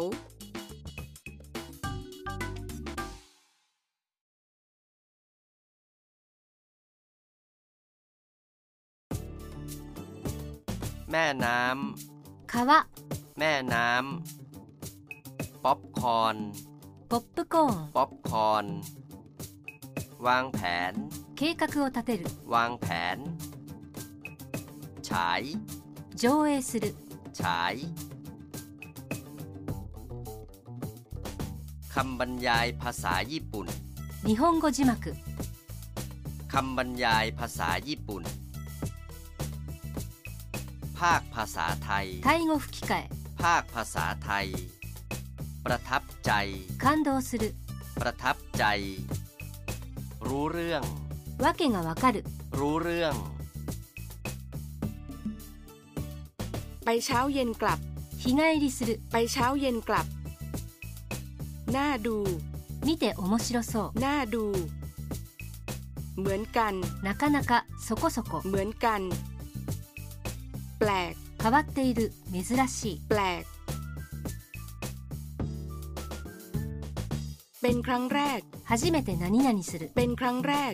[SPEAKER 3] แม่น้
[SPEAKER 1] 川
[SPEAKER 3] ำ แม่น้ำ ป๊อปคอร์น
[SPEAKER 1] ポップコーン
[SPEAKER 3] ป๊อปคอร์น วางแผน
[SPEAKER 1] 計画を立てる
[SPEAKER 3] วางแผน ฉาย
[SPEAKER 1] 上映する
[SPEAKER 3] ฉาย คำบรรยายภาษาญี่ปุ่น
[SPEAKER 1] 日本語字幕
[SPEAKER 3] คำบรรยายภาษาญี่ปุ่น ภาคภาษาไทย
[SPEAKER 1] タイ語吹き替え
[SPEAKER 3] ภาคภาษาไทย ประทับใจ
[SPEAKER 1] 感動する
[SPEAKER 3] ประทับใจ รู้เรื่อง
[SPEAKER 1] わけがわかる
[SPEAKER 3] รู้เรื่อง
[SPEAKER 2] ไปเช้าเย็นกลับ
[SPEAKER 1] 日帰りする
[SPEAKER 2] ไปเช้าเย็นกลับ หน้าดู
[SPEAKER 1] 見て面白そ
[SPEAKER 2] หน้าดู เหมือนกัน
[SPEAKER 1] うなかなかそこそこ
[SPEAKER 2] เหมือนกัน แปลก
[SPEAKER 1] 変わっている珍しい
[SPEAKER 2] แปลก เป็นครั้งแรก
[SPEAKER 1] 初めて何々する
[SPEAKER 2] เป็นครั้งแรก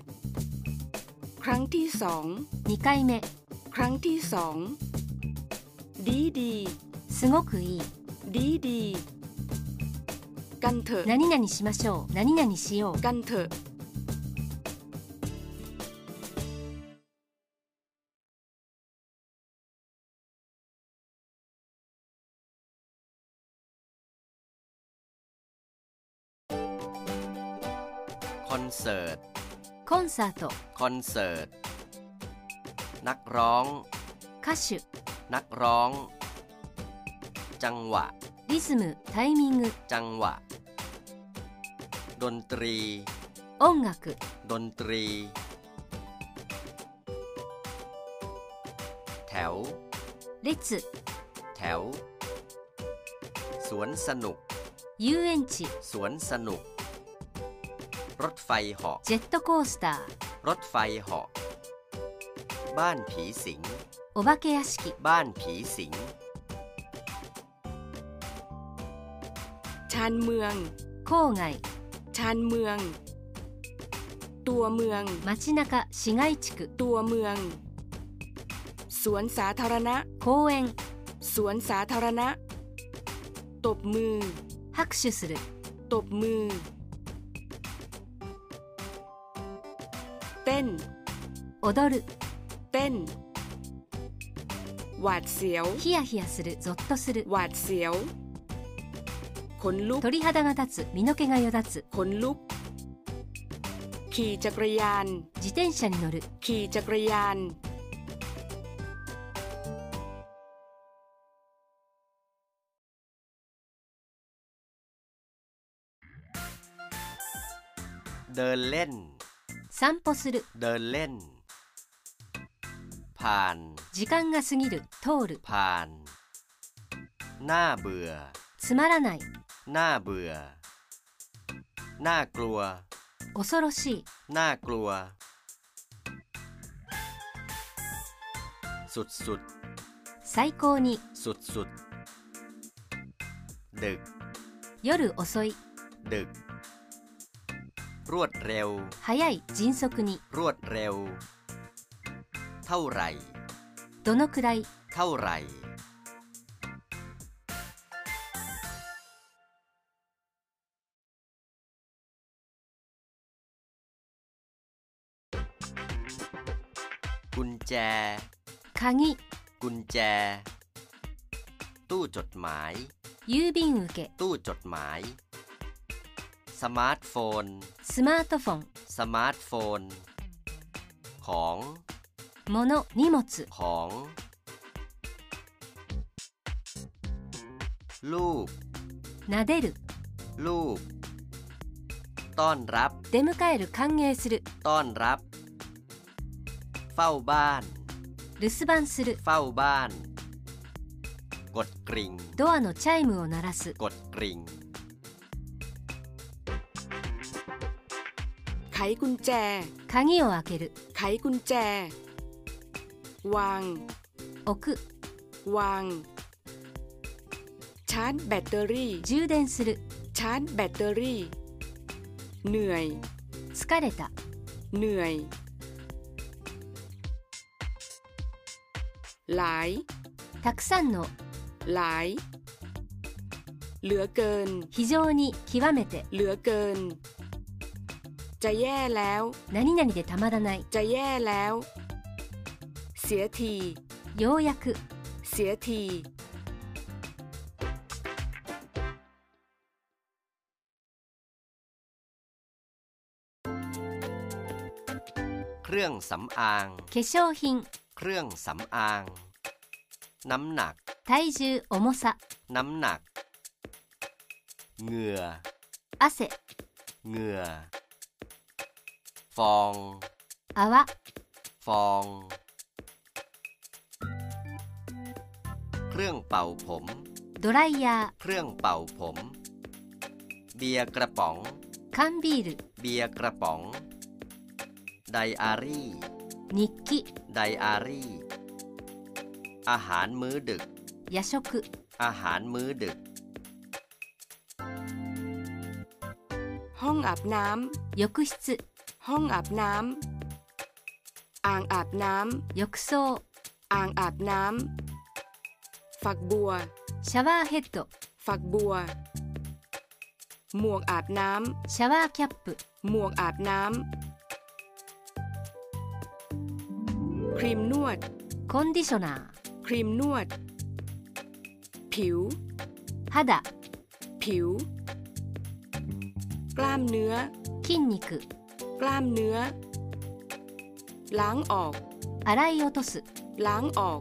[SPEAKER 2] ครั้งที่สอง
[SPEAKER 1] 2回目
[SPEAKER 2] ครั้งที่สอง ดีดี
[SPEAKER 1] すごくいい
[SPEAKER 2] ดีดี กันเถอะ
[SPEAKER 1] 何々しましょう何々しよう
[SPEAKER 2] กันเถอะ
[SPEAKER 3] คอนเสิร์ต
[SPEAKER 1] コンサート
[SPEAKER 3] คอนเสิร์ต นักร้อง
[SPEAKER 1] 歌手
[SPEAKER 3] นักร้อง จังหวะ
[SPEAKER 1] リズムタイミング
[SPEAKER 3] จังหวะ ดนตรี
[SPEAKER 1] 音楽
[SPEAKER 3] ดนตรี แถว
[SPEAKER 1] 列
[SPEAKER 3] แถว สวนสนุก
[SPEAKER 1] 遊園地
[SPEAKER 3] สวนสนุก รถไฟเหาะ
[SPEAKER 1] ジェットコースター
[SPEAKER 3] รถไฟเหาะ บ้านผีสิง
[SPEAKER 1] お化け屋敷
[SPEAKER 3] บ้านผีสิง
[SPEAKER 2] ชานเมือง
[SPEAKER 1] 郊外
[SPEAKER 2] ชานเมือง ตัวเมือง
[SPEAKER 1] 街中市街地区
[SPEAKER 2] ตัวเมือง สวนสาธารณะ
[SPEAKER 1] 公園
[SPEAKER 2] สวนสาธารณะ ตบมือ
[SPEAKER 1] 拍手する
[SPEAKER 2] ตบมือ เต้น
[SPEAKER 1] 踊る
[SPEAKER 2] เต้น หวาดเสียว
[SPEAKER 1] ヒヤヒヤするゾッとする
[SPEAKER 2] หวาดเสียว ขนลุก
[SPEAKER 1] 鳥肌が立つ身の毛がよだつ
[SPEAKER 2] ขนลุก ขี่จักรยาน
[SPEAKER 1] 自転車に乗る
[SPEAKER 2] ขี่จักรยาน
[SPEAKER 3] เดินเล่น
[SPEAKER 1] 散歩する
[SPEAKER 3] เดินเล่น ผ่าน
[SPEAKER 1] 時間が過ぎる通る
[SPEAKER 3] ผ่าน หน้าเบื่อ
[SPEAKER 1] つまらない
[SPEAKER 3] หน้าเบื่อ น่ากลัว
[SPEAKER 1] 恐ろしい
[SPEAKER 3] น่ากลัว สุดสุด
[SPEAKER 1] 最高に
[SPEAKER 3] สุดสุดดึก
[SPEAKER 1] 夜遅い
[SPEAKER 3] ดึก รวดเร็ว
[SPEAKER 1] 早い迅速に
[SPEAKER 3] รวดเร็ว เท่าไหร่
[SPEAKER 1] どのくらい
[SPEAKER 3] เท่าไหร่ กุญแจ
[SPEAKER 1] 鍵
[SPEAKER 3] กุญแจ ตู้จดหมาย
[SPEAKER 1] 郵便受け
[SPEAKER 3] ตู้จดหมาย สมาร์ทโฟน
[SPEAKER 1] スマートフォン
[SPEAKER 3] สมาร์ทโฟน ของ
[SPEAKER 1] 物荷物
[SPEAKER 3] ของ ลูก
[SPEAKER 1] 撫でる
[SPEAKER 3] ลูก ต้อนรับ
[SPEAKER 1] 出迎える歓迎する
[SPEAKER 3] ต้อนรับ เฝ้าบ้าน
[SPEAKER 1] 留守番する
[SPEAKER 3] เฝ้าบ้าน กดกริ่ง
[SPEAKER 1] ドアのチャイムを鳴らす
[SPEAKER 3] กดกริ่ง
[SPEAKER 2] ไขกุญแจ
[SPEAKER 1] 鍵を開ける
[SPEAKER 2] ไขกุญแจ วาง
[SPEAKER 1] 置く
[SPEAKER 2] วาง ชาร์จแบตเตอรี่
[SPEAKER 1] 充電する
[SPEAKER 2] ชาร์จแบตเตอรี่ เหนื่อย
[SPEAKER 1] 疲れた
[SPEAKER 2] เหนื่อย หลาย
[SPEAKER 1] たくさんの
[SPEAKER 2] หลาย เหลือเกิน
[SPEAKER 1] 非常に極めて
[SPEAKER 2] เหลือเกิน จะแย่แล้ว
[SPEAKER 1] 何々でたまらない
[SPEAKER 2] จะแย่แล้ว เสียที
[SPEAKER 1] ようやく
[SPEAKER 2] เสียที
[SPEAKER 3] เครื่องสำอาง
[SPEAKER 1] 化粧品
[SPEAKER 3] เครื่องสำอาง น้ำหนัก
[SPEAKER 1] 体重重さ
[SPEAKER 3] น้ำหนัก เหงื่อ
[SPEAKER 1] 汗
[SPEAKER 3] เหงื่อ ฟอง
[SPEAKER 1] 泡
[SPEAKER 3] ฟอง เครื่องเป่าผม
[SPEAKER 1] ドライヤ
[SPEAKER 3] เครื่องเป่าผม เบียร์กระป๋อง
[SPEAKER 1] ー缶ビール
[SPEAKER 3] เบียร์กระป๋อง ไดอารี่
[SPEAKER 1] 日記
[SPEAKER 3] ไดอารี่ อาหารมื้อดึก
[SPEAKER 1] 夜食
[SPEAKER 3] อาหารมื้อดึก
[SPEAKER 2] ห้องอาบน้
[SPEAKER 1] 浴室
[SPEAKER 2] ำ ห้องอาบน้ำ อ่างอาบน้
[SPEAKER 1] 浴槽
[SPEAKER 2] ำ อ่างอาบน้ำ ฝักบัว
[SPEAKER 1] シャワーヘッド
[SPEAKER 2] ฝักบัว หมวกอาบน้
[SPEAKER 1] シャワーキャップ
[SPEAKER 2] ำ หมวกอาบน้ำ ครีมนวด
[SPEAKER 1] コンディショナ
[SPEAKER 2] ครีมนวด ผิว
[SPEAKER 1] ー肌
[SPEAKER 2] ผิว กล้ามเนื้อ
[SPEAKER 1] 筋肉
[SPEAKER 2] กล้ามเนื้อ ล้างออก
[SPEAKER 1] 洗い落とす
[SPEAKER 2] ล้างออก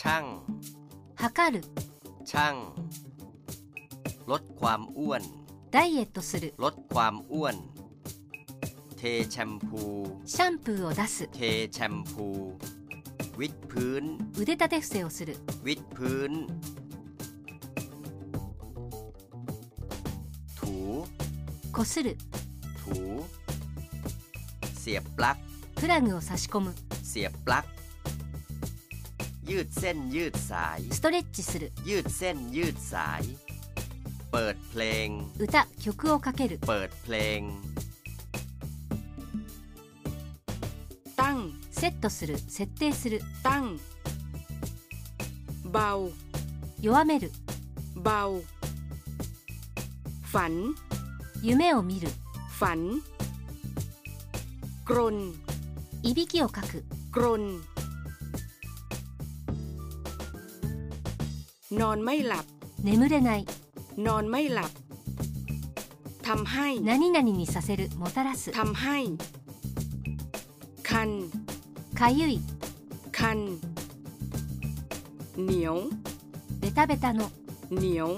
[SPEAKER 3] ช่าง
[SPEAKER 1] 測る
[SPEAKER 3] ช่าง ลดความอ้วน
[SPEAKER 1] ダイエットする
[SPEAKER 3] ลดความอ้วน เทแชมพู
[SPEAKER 1] シャンプーを出す
[SPEAKER 3] เทแชมพู วิดพื้น
[SPEAKER 1] 腕立て伏せをする
[SPEAKER 3] วิดพื้น ถู
[SPEAKER 1] こする
[SPEAKER 3] ถู เสียบปลั๊ก
[SPEAKER 1] プラグを差し込む
[SPEAKER 3] เสียบปลั๊ก ยืดเส้นยืดสาย
[SPEAKER 1] ストレッチする
[SPEAKER 3] ยืดเส้นยืดสาย เปิดเพลง
[SPEAKER 1] 歌曲をかける
[SPEAKER 3] เปิดเพลง
[SPEAKER 2] ตั้ง
[SPEAKER 1] セットする設定する
[SPEAKER 2] ตั้ง เบา
[SPEAKER 1] 弱める
[SPEAKER 2] เบา ฝัน
[SPEAKER 1] 夢を見る
[SPEAKER 2] ฝัน กรน
[SPEAKER 1] いびきをかく
[SPEAKER 2] กรน นอนไม่หลับ
[SPEAKER 1] 眠れない
[SPEAKER 2] นอนไม่หลับ ทำให้
[SPEAKER 1] 何々にさせるもたらす
[SPEAKER 2] ทำให้ คัน
[SPEAKER 1] かゆい
[SPEAKER 2] คัน เหนียว
[SPEAKER 1] ベタベタの
[SPEAKER 2] เหนียว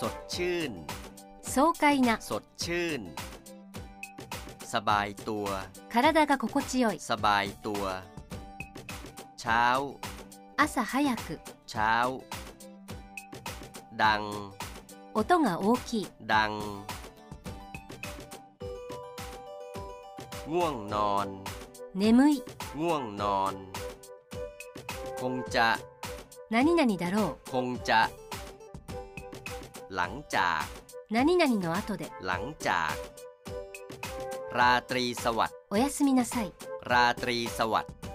[SPEAKER 3] สดชื่น
[SPEAKER 1] 爽快な
[SPEAKER 3] สดชื่น สบายตัว
[SPEAKER 1] 体が心地よい
[SPEAKER 3] สบายตัว เช้า
[SPEAKER 1] 朝早く
[SPEAKER 3] เช้า ดัง
[SPEAKER 1] 音が大きい
[SPEAKER 3] ดัง ง่วงนอน
[SPEAKER 1] 眠い
[SPEAKER 3] ง่วงนอน คงจะ
[SPEAKER 1] 何々だろ
[SPEAKER 3] คงจะ หลังจาก
[SPEAKER 1] う何々の後で
[SPEAKER 3] หลังจาก ราตรีสวัสดิ์
[SPEAKER 1] おやすみなさい
[SPEAKER 3] ราตรีสวัสดิ์